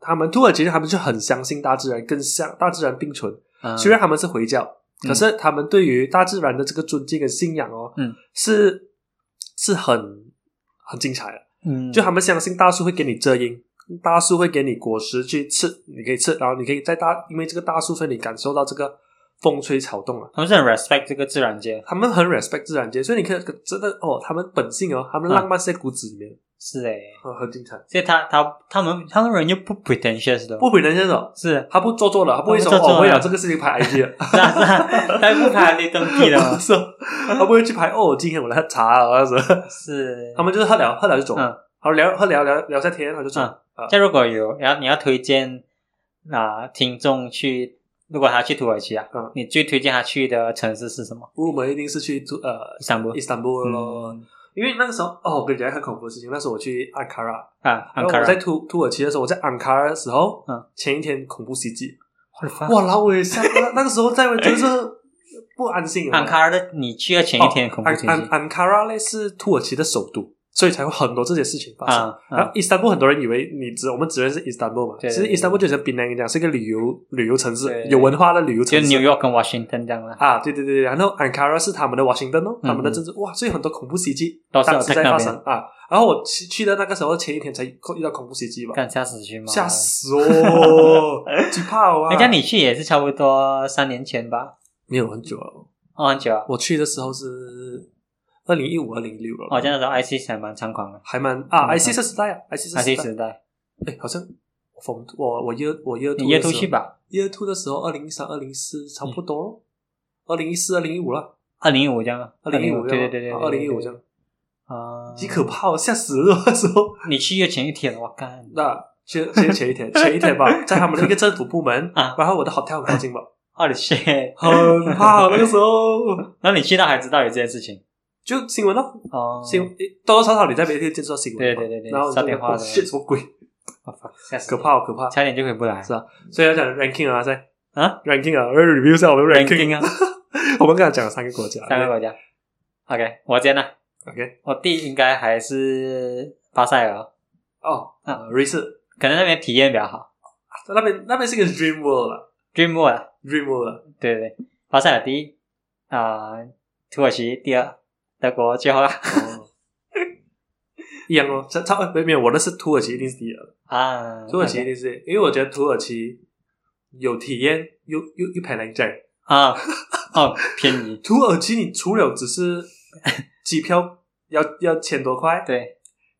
B: 他们土耳其人他们就很相信大自然，更像大自然并存。
A: 嗯
B: 虽然他们是啊回教，
A: 嗯
B: 可是他们对于大自然的这个尊敬跟信仰哦，
A: 嗯，
B: 是是很很精彩的。
A: 嗯
B: 就他们相信大树会给你遮阴，大树会给你果实去吃，你可以吃，然后你可以在大，因为这个大树，所以你感受到这个风吹草动啊。
A: 他们是很 respect 这个自然界，
B: 他们很 respect 自然界，所以你看，真的哦，他们本性哦，他们浪漫是在骨子里面，
A: 是诶，
B: 哦、很精彩。
A: 所以他他他们他们人又不 pretentious 的，
B: 不比人先生，哦
A: 是
B: 他不做作了，他不会说
A: 他不做作
B: 哦，为
A: 了
B: 了这个事情拍 IG 了，
A: 是啊是啊，他不拍那登记的嘛，
B: 是哦，他不会去拍哦，今天我来喝茶啊，什么？
A: 是
B: 他。们就是喝了喝了就走，
A: 嗯
B: 好聊喝聊聊聊下天，他就走。
A: 嗯那如果有，然后你要推荐啊、听众去，如果他去土耳其啊，
B: 嗯
A: 你最推荐他去的城市是什么？
B: 入门一定是去住呃
A: 伊斯坦布尔
B: 伊斯坦布尔咯，
A: 嗯
B: 因为那个时候哦，我跟你讲一个很恐怖的事情，那时候我去安卡拉，
A: 啊，安
B: 然
A: 卡
B: 后我
A: 拉
B: 在土土耳其的时候，我在安卡拉的时候，
A: 嗯，
B: 前一天恐怖袭击，
A: 哇，
B: 哇，然后我也吓，那那个时候在
A: 哎
B: 真的是不安心。啊
A: 安卡拉的你去的前一天恐怖
B: 安
A: 袭击
B: 安安卡拉嘞是土耳其的首都，所以才会很多这些事情发生。
A: 啊
B: 然后
A: 啊
B: 伊斯坦布尔很多人以为你只我们只认识伊斯坦布尔嘛，
A: 对
B: 其
A: 对
B: 实
A: 对
B: 伊斯坦布尔就像槟榔一样，是一个旅游旅游城市
A: 对，对
B: 有文化的旅游
A: 就
B: 城
A: New
B: 市。
A: York 跟 Washington 这样啦，
B: 啊，对对对，对然后 Ankara 是他们的 Washington 哦，
A: 嗯哦
B: 他们的政治哇，所以很多恐怖袭击
A: 都是
B: 当时
A: attack
B: 在
A: 那
B: 发
A: 边
B: 生啊。然后我去去的那个时候前一天才遇到恐怖袭击吧，
A: 干吓死去吗？
B: 吓！死哦，惧怕 哦啊！
A: 人哎家你去也是差不多三年前吧？
B: 没有很久了，
A: 哦，很久啊。
B: 我去的时候是二零一五、二零一六了，
A: 哦，这样的时候 IC 还蛮猖狂的
B: 还蛮啊
A: 嗯
B: ，IC 是时代啊，IC 是
A: ，IC
B: 时
A: 时
B: 代，
A: 代，
B: 哎，好像我逢我我 year 我 year
A: 你约
B: two
A: 出
B: 的时
A: 去
B: 候
A: 吧。嗯
B: ，year two 的时候，二零一三、二零一四差不多咯，二零一四、二零一五了，
A: 二零一五这样啊，
B: 二零一五
A: 对对对对，
B: 二零一五这样，
A: 啊，
B: 极可怕哦，吓死了那时候。
A: 你去月前一天，我干
B: 那前前前一天，前一天 吧，在他们的一个政府部门
A: 啊
B: 然后我的 hotel 很靠 近吧，
A: ，Holy shit！
B: 很怕那个时候，
A: 然后你去到还知道有这件事情
B: 就新闻咯，
A: 哦，
B: 新闻诶多多少少你在每天接触到新闻嘛，
A: 对对对对
B: 然后
A: 少点话的
B: 血什么鬼，
A: 哦 fuck，吓死
B: 可怕哦可怕
A: 我，，差点就回不来
B: 是所以要讲 ranking 啊，在
A: 啊
B: ，ranking 啊，我们 review 一下我们 ranking
A: ，ranking 啊，
B: 我们刚才讲了三个国家，
A: 三个国家。OK，我先呢，
B: ，OK，
A: 我第一应该还是巴塞尔哦，
B: 哦，
A: 啊
B: 瑞士，
A: 可能那边体验比较好。
B: 那边那边是一个 dream world 啦
A: Dream World，啊
B: dream world 啦
A: 对对对，巴塞尔第一啊、土耳其第二，德国最后啦。
B: 哦，一样哦，差差没没有，我的是土耳其一定是第一的。
A: 啊，
B: 土耳其一定是，因为我觉得土耳其有体验，又又又便宜在。
A: 啊，哦，便宜，
B: 土耳其你除了只是机票要要千多块，
A: 对，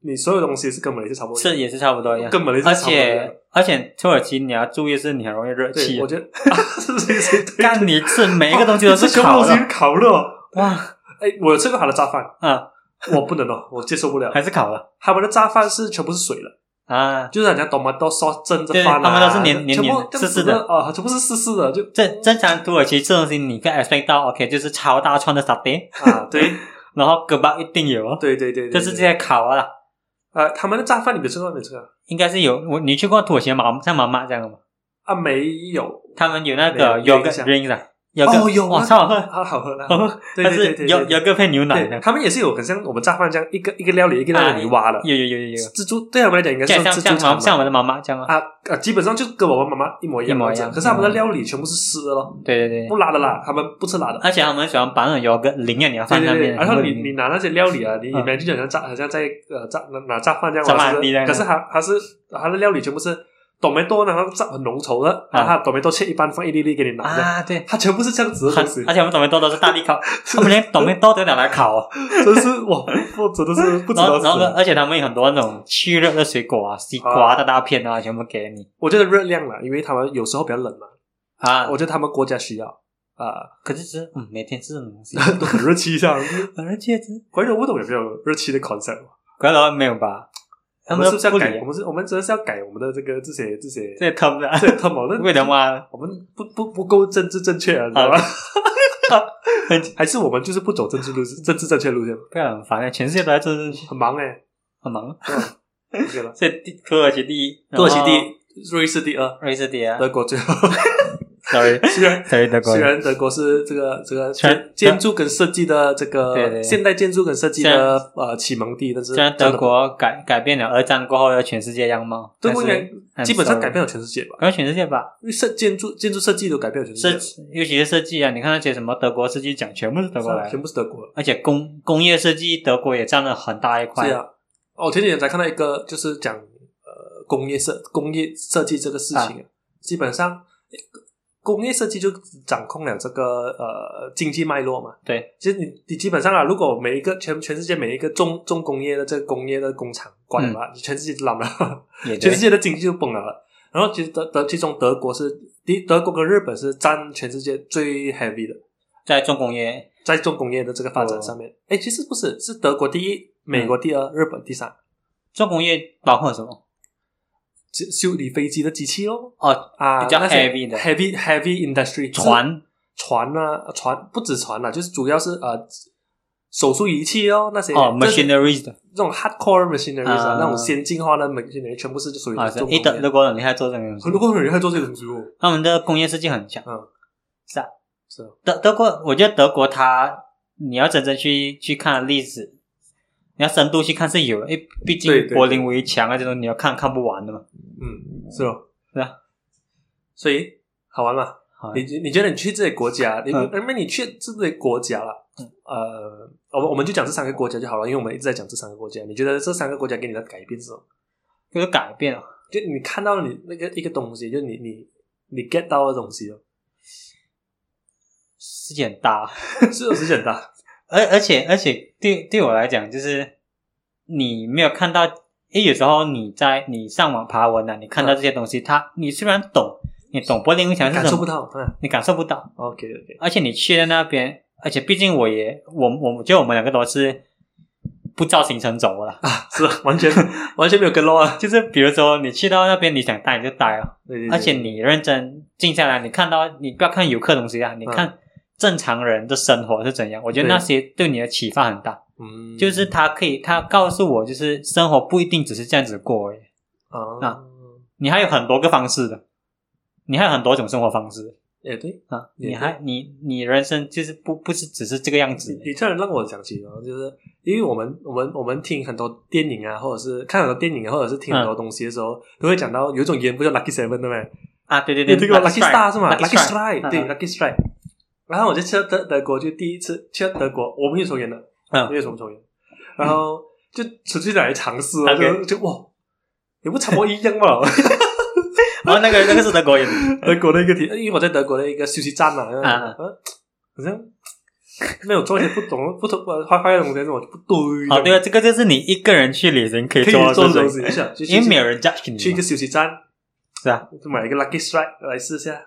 B: 你所有东西是跟马来西亚差不多。
A: 是也是差不多一样，
B: 跟马来西亚
A: 而
B: 差不多一样
A: 且而且土耳其你要注意是你很容易热
B: 对，
A: 气
B: 我，觉得 啊是是是，对
A: 干你吃每一个东西都
B: 这
A: 是
B: 全部
A: 烤
B: 东西
A: 的，
B: 是烤肉。
A: 哇，
B: 哎，我有吃过他的炸饭，
A: 啊，
B: 我不能哦， 我接受 不了。
A: 还是烤的
B: 他们的炸饭是全部是水的，
A: 啊，
B: 就是人家懂吗？都烧蒸着
A: 对
B: 饭啊，
A: 他们都是黏黏
B: 全部
A: 黏的
B: 全部
A: 湿湿的
B: 啊，全部是湿湿的， 就
A: 正正常土耳其吃东西你可以 expect 到 OK，就是超大串的沙爹，
B: 啊，对
A: 然后胳巴一定有哦，
B: 对对对，对
A: 就是这些烤啊，
B: 呃，他们的炸饭你没吃过没吃过
A: 应该是有我你去过土耳其的妈像妈妈这样的吗？
B: 啊？没有，
A: 他们有那个
B: 没有
A: yogurt
B: 没
A: drink 的，有个
B: 哦有
A: 哇
B: 那
A: 超好喝，
B: 好好喝啦，
A: 好喝，
B: 对
A: 哦
B: 对
A: 但
B: 对
A: 是
B: 对，
A: 有
B: 对
A: 有个配牛奶
B: 对，
A: 的，
B: 他们也是有，很像我们炸饭这样，一个一个料理一个料理
A: 啊
B: 挖的，
A: 有有有有有。
B: 自助对他们来讲应该
A: 像
B: 是
A: 像
B: 自助
A: 像
B: 餐
A: 像
B: 嘛
A: 像我们的妈妈这样啊，
B: 啊啊，基本上就跟我们妈妈一模一样
A: 一模一样嗯
B: 这可是他们的料理全部是湿的咯，
A: 对对
B: 不
A: 对，
B: 辣的啦，他们不吃辣的。
A: 而且他们喜欢把那种油跟淋啊，你要
B: 对
A: 放那
B: 对对，
A: 边，
B: 然后
A: 很
B: 你
A: 过瘾
B: 你拿那些料理啊，你
A: 嗯
B: 你们就好像炸，好像在呃炸拿拿炸饭这样
A: 炸
B: 嘛，
A: 饭
B: 是不
A: 地
B: 是
A: 这样
B: 可是它它是它的料理全部是 tomato，然后炸很浓稠的，
A: 啊
B: 然后它 tomato 切一半放一粒粒给你拿的，
A: 啊，对，
B: 它全部是这样子的
A: 很
B: 东西，
A: 而且我们懂没多都是大力烤，他们 连懂没多都拿来烤哦，
B: 真是哇，我真的是不知
A: 然
B: 道
A: 后
B: 死
A: 然后
B: 了。
A: 而且他们有很多那种去热的水果啊，西瓜大大片啊，全部给你
B: 我觉得热量啦，因为他们有时候比较冷嘛，
A: 啊，
B: 我觉得他们国家需要啊，
A: 可是吃嗯每天吃这种东西，
B: 都很热气一下。嗯
A: 反正戒指，
B: 怀柔不懂有没有热气的 concept？
A: 可能没有吧，
B: 我
A: 他
B: 们
A: 们
B: 是不是
A: 都不
B: 要改？
A: 理
B: 我，们是，我们真的是要改我们的这个这些这些
A: 这他们的
B: 这些 term 哦
A: 为
B: 那
A: 什么
B: 我们不不不够政治正确啊，你知道吗？
A: 很
B: 还是我们就是不走政治路线，政治正确路线，
A: 不然很烦啊？全世界都在做这些，
B: 很忙哎。
A: 很忙。
B: OK 了，
A: 所以第土耳其第一，然
B: 土
A: 后
B: 耳其第，一，瑞士第二，
A: 瑞士第二
B: 德国最后。
A: ，sorry
B: 虽然
A: sorry 德国
B: 虽。然德国是啊这个这个建
A: 全
B: 建筑跟设计的这
A: 对对
B: 个
A: 对
B: 现代建筑跟设计
A: 虽然
B: 的呃启蒙地，但是
A: 虽然
B: 真
A: 德
B: 的
A: 国改改变了二战过后的全世界样貌，
B: 德国应
A: 但是
B: 该基本上
A: I'm sorry
B: 改变了全世界吧，
A: 改变全世界吧，
B: 因为设建筑建筑设计都改变了全
A: 设
B: 世界
A: 计尤其是设计啊，你看那些什么德国设计奖，全部是德国
B: 了，
A: 来
B: 全
A: 的，
B: 部是德国。
A: 而且工工业设计德国也占了很大一块
B: 是。啊，哦，前几天才看到一个，就是讲呃工业设工业设计这个事情啊，基本上工业设计就掌控了这个呃经济脉络嘛。
A: 对，
B: 其实你你基本上啊，如果每一个全全世界每一个重重工业的这个工业的工厂关了嘛，全世界就烂了，
A: 也嗯 对
B: 全世界的经济就崩了。然后其实德德其中德国是第德国跟日本是占全世界最 heavy 的，
A: 在重工业
B: 在重工业的这个发展上
A: 哦
B: 面。哎、其实不是，是德国第一，美
A: 嗯
B: 国第二，日本第三。
A: 重工业包括什么？
B: 修修理飞机的机器哦，
A: 哦，
B: 啊，
A: 比较
B: 那些
A: heavy 的
B: heavy heavy industry
A: 船
B: 船啊船不止船啦、就是主要是呃手术仪器哦那些
A: 哦
B: 就是
A: ，machineries 的
B: 那种 hardcore machinery 啊
A: 啊，
B: 那种先进化的 machinery 全部是就属于
A: 啊，
B: 这
A: 是
B: 种
A: 一德德国人厉害做这个东西
B: 很，多人还做这种植物，
A: 他们的工业设计很强。
B: 嗯，
A: 是啊，
B: 是啊
A: 德德国，我觉得德国它你要真正去去看历史，你要深度去看是有的，因为毕竟
B: 对对对
A: 柏林围墙啊这种你要看看不完的嘛。
B: 嗯，是哦，
A: 是啊，
B: 所以好玩吗？
A: 好啊
B: 你你觉得你去这些国家，你
A: 嗯
B: 因为你去这些国家了，呃，我们我们就讲这三个国家就好了，因为我们一直在讲这三个国家。你觉得这三个国家给你的改变是什么？
A: 就是改变了。
B: 就你看到你那个一个东西，就你你你 get 到的东西哦，
A: 世界很大，啊
B: 是有是 很大，
A: 而而且而且对对我来讲，就是你没有看到，因为有时候你在你上网爬文啊，你
B: 嗯
A: 看到这些东西，它你虽然懂，你懂柏林围墙是
B: 感
A: 什
B: 受不
A: 么，
B: 到。嗯
A: 你感受不到，
B: ，OK OK，
A: 而且你去了那边，而且毕竟我也我我我觉得我们两个都是不照行程走了，
B: 是啊完全 完全没有跟漏啊，
A: 就是比如说你去到那边，你想待你就待了。
B: 对对对
A: 而且你认真静下来，你看到你不要看游客东西啊，你看正常人的生活是怎样，我觉
B: 嗯
A: 得
B: 对
A: 那些对你的启发很大。
B: 嗯
A: 就是他可以，他告诉我，就是生活不一定只是这样子过而已，
B: 啊
A: 啊，你还有很多个方式的，你还有很多种生活方式
B: 也对，
A: 啊，
B: 也
A: 你还你你人生就是不不是只是这个样子
B: 你这样让我想起哦，就是因为我们我们我们听很多电影啊，或者是看很多电影啊，或者是听很多东西的时候，都会讲到有一种烟不叫 lucky seven 对不对？
A: 啊，对对
B: 有
A: 对，
B: 这个 lucky star 是吗
A: Lucky
B: ？lucky strike 对
A: 嗯
B: lucky strike。然后我就去了德德国，就第一次去了德国，我没有抽烟的，
A: 嗯
B: 没有什么抽烟，然后就出去来尝试哦，
A: OK
B: 就就哇，也不差不多一样嘛。
A: 然后哦那个那个是德 国人，
B: 德国的一个体，呃因为我在德国的一个休息站嘛，
A: 啊
B: 嗯，好像没有做一些不懂、不懂、坏坏的东西，但是我就不对。
A: 哦，对啊，这个就是你一个人去旅行可以
B: 可
A: 做
B: 以
A: 的
B: 做的
A: 事
B: 东
A: 情，
B: 西，是啊，就
A: 因为没有
B: 去
A: 人 judge
B: 去一
A: 你
B: 个
A: 嘛，
B: 休息站，
A: 是啊，
B: 就买一个 Lucky Strike 来试一下。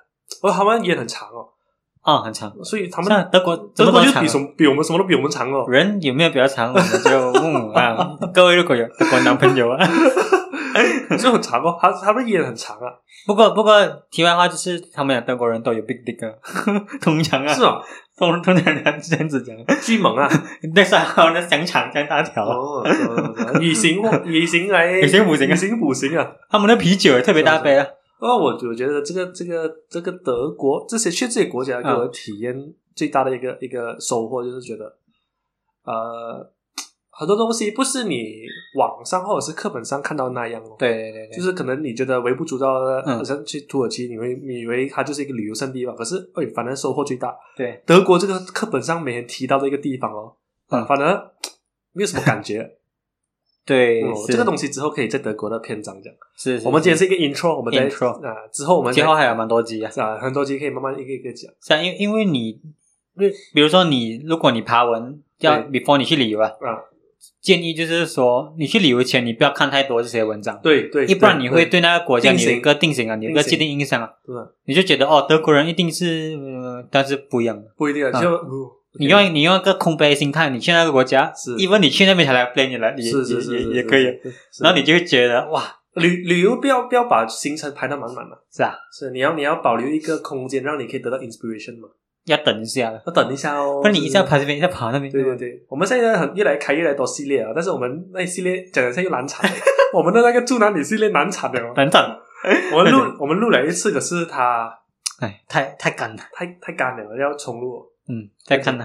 B: 哦，他们也很长哦，
A: 哦，很长，
B: 所以他
A: 像
B: 们
A: 德国
B: 德国就比
A: 比
B: 什么比我们什么都比我们长 哦。
A: 人有没有比较长，我们就问问 啊。各位如果有德国男朋友啊，
B: 就很长哦，他他们也很长 啊，
A: 不过不过题外话就是，他们俩德国人都有 big dick，啊 通常啊，
B: 是哦，
A: 通通常人这样子讲，
B: 巨猛 啊，
A: 那时候那香肠这样大条，
B: 哦，以形以形来，
A: 以形补形啊
B: 以形补形啊，
A: 他们的啤酒也特别大杯啊，
B: 那我我觉得这个这个这个德国这些去这些国家给我的体验最大的一个、一个收获就是觉得，呃，很多东西不是你网上或者是课本上看到那样哦。
A: 对对对对，
B: 就是可能你觉得微不足道的，
A: 嗯
B: 好像去土耳其，你会你以为它就是一个旅游胜地吧？可是，哎，反正收获最大。
A: 对
B: 德国这个课本上没人提到的一个地方哦，
A: 嗯
B: 反而没有什么感觉。
A: 对
B: 嗯，
A: 是
B: 这个东西之后可以在德国的篇章讲。
A: 是是
B: 我们今天
A: 是
B: 是一个 intro，我们在
A: Intro
B: 啊之后我们再
A: 节后还有蛮多集啊，
B: 是啊，很多集可以慢慢一个一个讲。
A: 是啊，因因为你，比如说你，如果你爬文要
B: 对
A: before 你去旅游啊
B: 啊，
A: 建议就是说你去旅游前你不要看太多这些文章，
B: 对对
A: 要不然你会对那个国家
B: 定
A: 你有
B: 型
A: 一个定型啊，你有一个
B: 定型
A: 既定印象啊，
B: 对吧
A: 你就觉得哦，德国人一定是，呃、但是不一样的。
B: 不一定啊，
A: 啊
B: 就嗯
A: 你用你用一个空杯心态，你去那个国家，
B: 是
A: even 你去那边才来 play 你来，也
B: 是是是
A: 也
B: 是
A: 也也可以。。然后
B: 你
A: 你就会觉得哇，
B: 旅旅游不要不要把行程排得满满嘛，
A: 是啊，
B: 是你要你要保留一个空间，让你可以得到 inspiration 嘛。
A: 要等一下了，
B: 要等一下哦，
A: 不然你一下
B: 是不是
A: 跑这边，一下跑那边，
B: 对对对，我们现在很越来开越来越多系列啊，但是我们那一系列讲讲下又难产， 我们的那个住哪里系列难产了哦。
A: 等等，
B: 我们录我们录了一次，可是它
A: 哎，太太干了，
B: 太太干了，要重录哦。
A: 嗯，再看呢，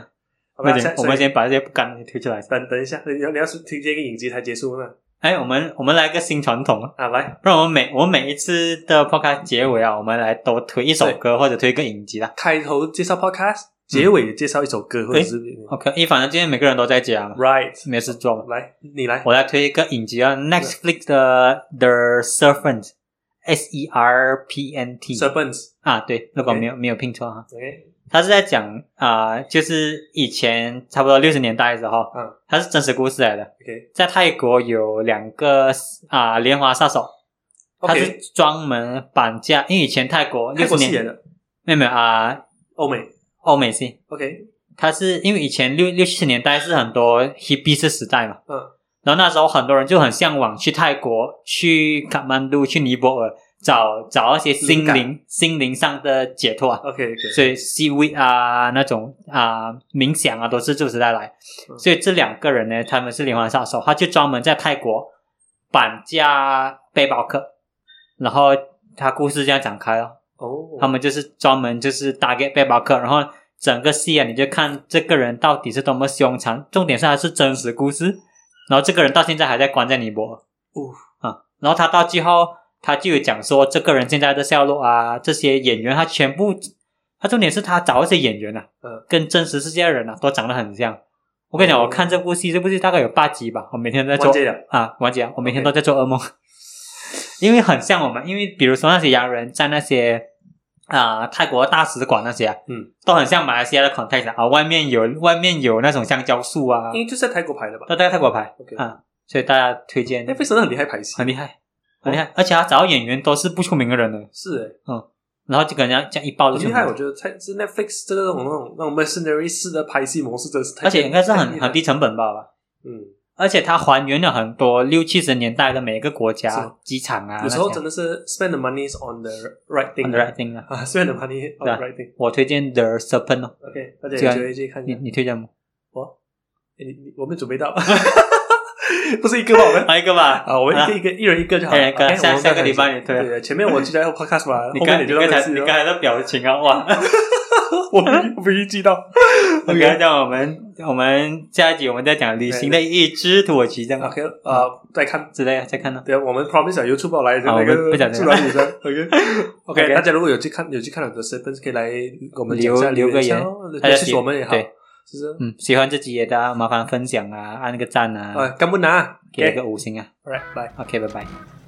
B: 好
A: 我
B: 吧，
A: 们先
B: 下
A: 我们先把这些不干的推出来，
B: 等等一下，你要你要是听这个影集才结束呢
A: 哎，我们我们来个新传统啊，
B: 啊，来
A: 不然我们每我们每一次的 podcast 结尾啊，我们来都推一首歌或者推一个影集啦。
B: 开头介
A: 嗯
B: 绍 podcast，结尾介绍一首歌或者是
A: OK，一反正今天每个人都在家嘛，
B: right，
A: 没事做嘛，
B: 来你来
A: 我来推一个影集啊，Netflix 的 The Serpent。S E R P N T
B: serpents，OK，
A: 啊，对，如果
B: OK
A: 没有没有拼错哈，他是在讲啊、呃就是以前差不多六十年代的时候，
B: 嗯
A: 它是真实故事来的，
B: OK，
A: 在泰国有两个啊、连环杀手，他
B: OK
A: 是专门绑架，因为以前泰国
B: 泰
A: 六十
B: 国戏演
A: 年
B: 的
A: 没有没有啊、
B: 欧美
A: 欧美系，
B: ，OK，
A: 他是因为以前六六七十年代是很多 hippie 式时代嘛，
B: 嗯
A: 然后那时候很多人就很向往去泰国、去卡曼都、去尼泊尔找找那些心
B: 灵感
A: 灵心灵上的解脱啊。
B: ，OK，
A: 所以 C V 啊那种啊、冥想啊都是旧时代来，
B: 嗯
A: 所以这两个人呢，他们是连环杀手，他就专门在泰国绑架背包客，然后他故事这样展开哦，
B: 哦，
A: 他们就是专门就是打给背包客，然后整个戏啊你就看这个人到底是多么凶残，重点是他是真实故事，然后这个人到现在还在关在尼泊尔。
B: 哦
A: 啊，然后他到最后他就有讲说，这个人现在的下落啊，这些演员他全部，他重点是他找一些演员啊，
B: 嗯
A: 跟真实世界的人啊都长得很像。我跟你讲，
B: 哦
A: 我看这部戏，这部戏大概有八集吧，我每天都在做
B: 完结了
A: 啊，完结了，我每天都在做噩梦， 因为很像我们，因为比如说那些洋人在那些啊、泰国大使馆那些、啊，
B: 嗯，
A: 都很像马来西亚的 context 啊啊，外面有外面有那种香蕉树啊，
B: 因为就是在泰国拍的吧
A: 都在泰国拍
B: OK
A: 啊，所以大家推荐
B: ？Netflix 真的很厉害拍戏，
A: 很厉害，很厉害，而且他找演员都是不出名的人呢，
B: 是诶、
A: 然后就跟人家这样一爆就
B: 很
A: 出
B: 厉
A: 名
B: 害，我
A: 了，
B: 觉得泰是 Netflix 这个那种那种那种 mercenary 式的拍戏模式，真是太
A: 而且应该是很
B: 太
A: 很低成本吧吧，
B: 嗯，
A: 而且他还原了很多六七十年代的每个国
B: 是吗
A: 家机场啊，
B: 有时候
A: 那些
B: 真的是 spend the money is on the right thing
A: on the right thing 啊，
B: 啊，spend the money on
A: 对
B: the
A: 啊
B: right thing。
A: 我推荐 The Serpent 哦，
B: OK，大家有
A: 这样
B: 机会去看一
A: 你
B: 下。
A: 你推荐 吗？
B: 我，诶你你我们准备到， 不是一个吧？我们
A: 来一个吧，
B: 啊，我们一个一个一人一个就好。
A: 一人一个
B: OK，
A: 下
B: 我们不要
A: 下个礼拜你推啊
B: 对，前面我记得要 podcast 吧，
A: 你
B: 后面
A: 刚
B: 你
A: 你
B: 就让
A: 刚
B: 我
A: 才
B: 记
A: 你
B: 得
A: 刚才的表情啊，哇
B: 我没我没预计到。
A: ！OK，这 样我们我们下一集我们再讲旅行的一支土耳其这样
B: OK，啊，再看
A: 之类的，再看呢。
B: 对，我们 promise 讲 YouTube 要来
A: 好
B: 那
A: 我们
B: 个
A: 不讲这
B: 助
A: 个
B: 燃女生。OK OK，
A: OK
B: 大家如果有去看有去看了的 s e v e n 可以来给我们讲一下留
A: 留留个言大
B: 尤
A: 家
B: 其是
A: 写
B: 我们也好，
A: 对
B: 是不是？
A: 嗯，喜欢这集也大家麻烦分享啊，按个赞啊，
B: 哎，干不拿
A: 给一
B: ，OK，
A: 个五星啊。
B: 拜拜。
A: OK，拜拜。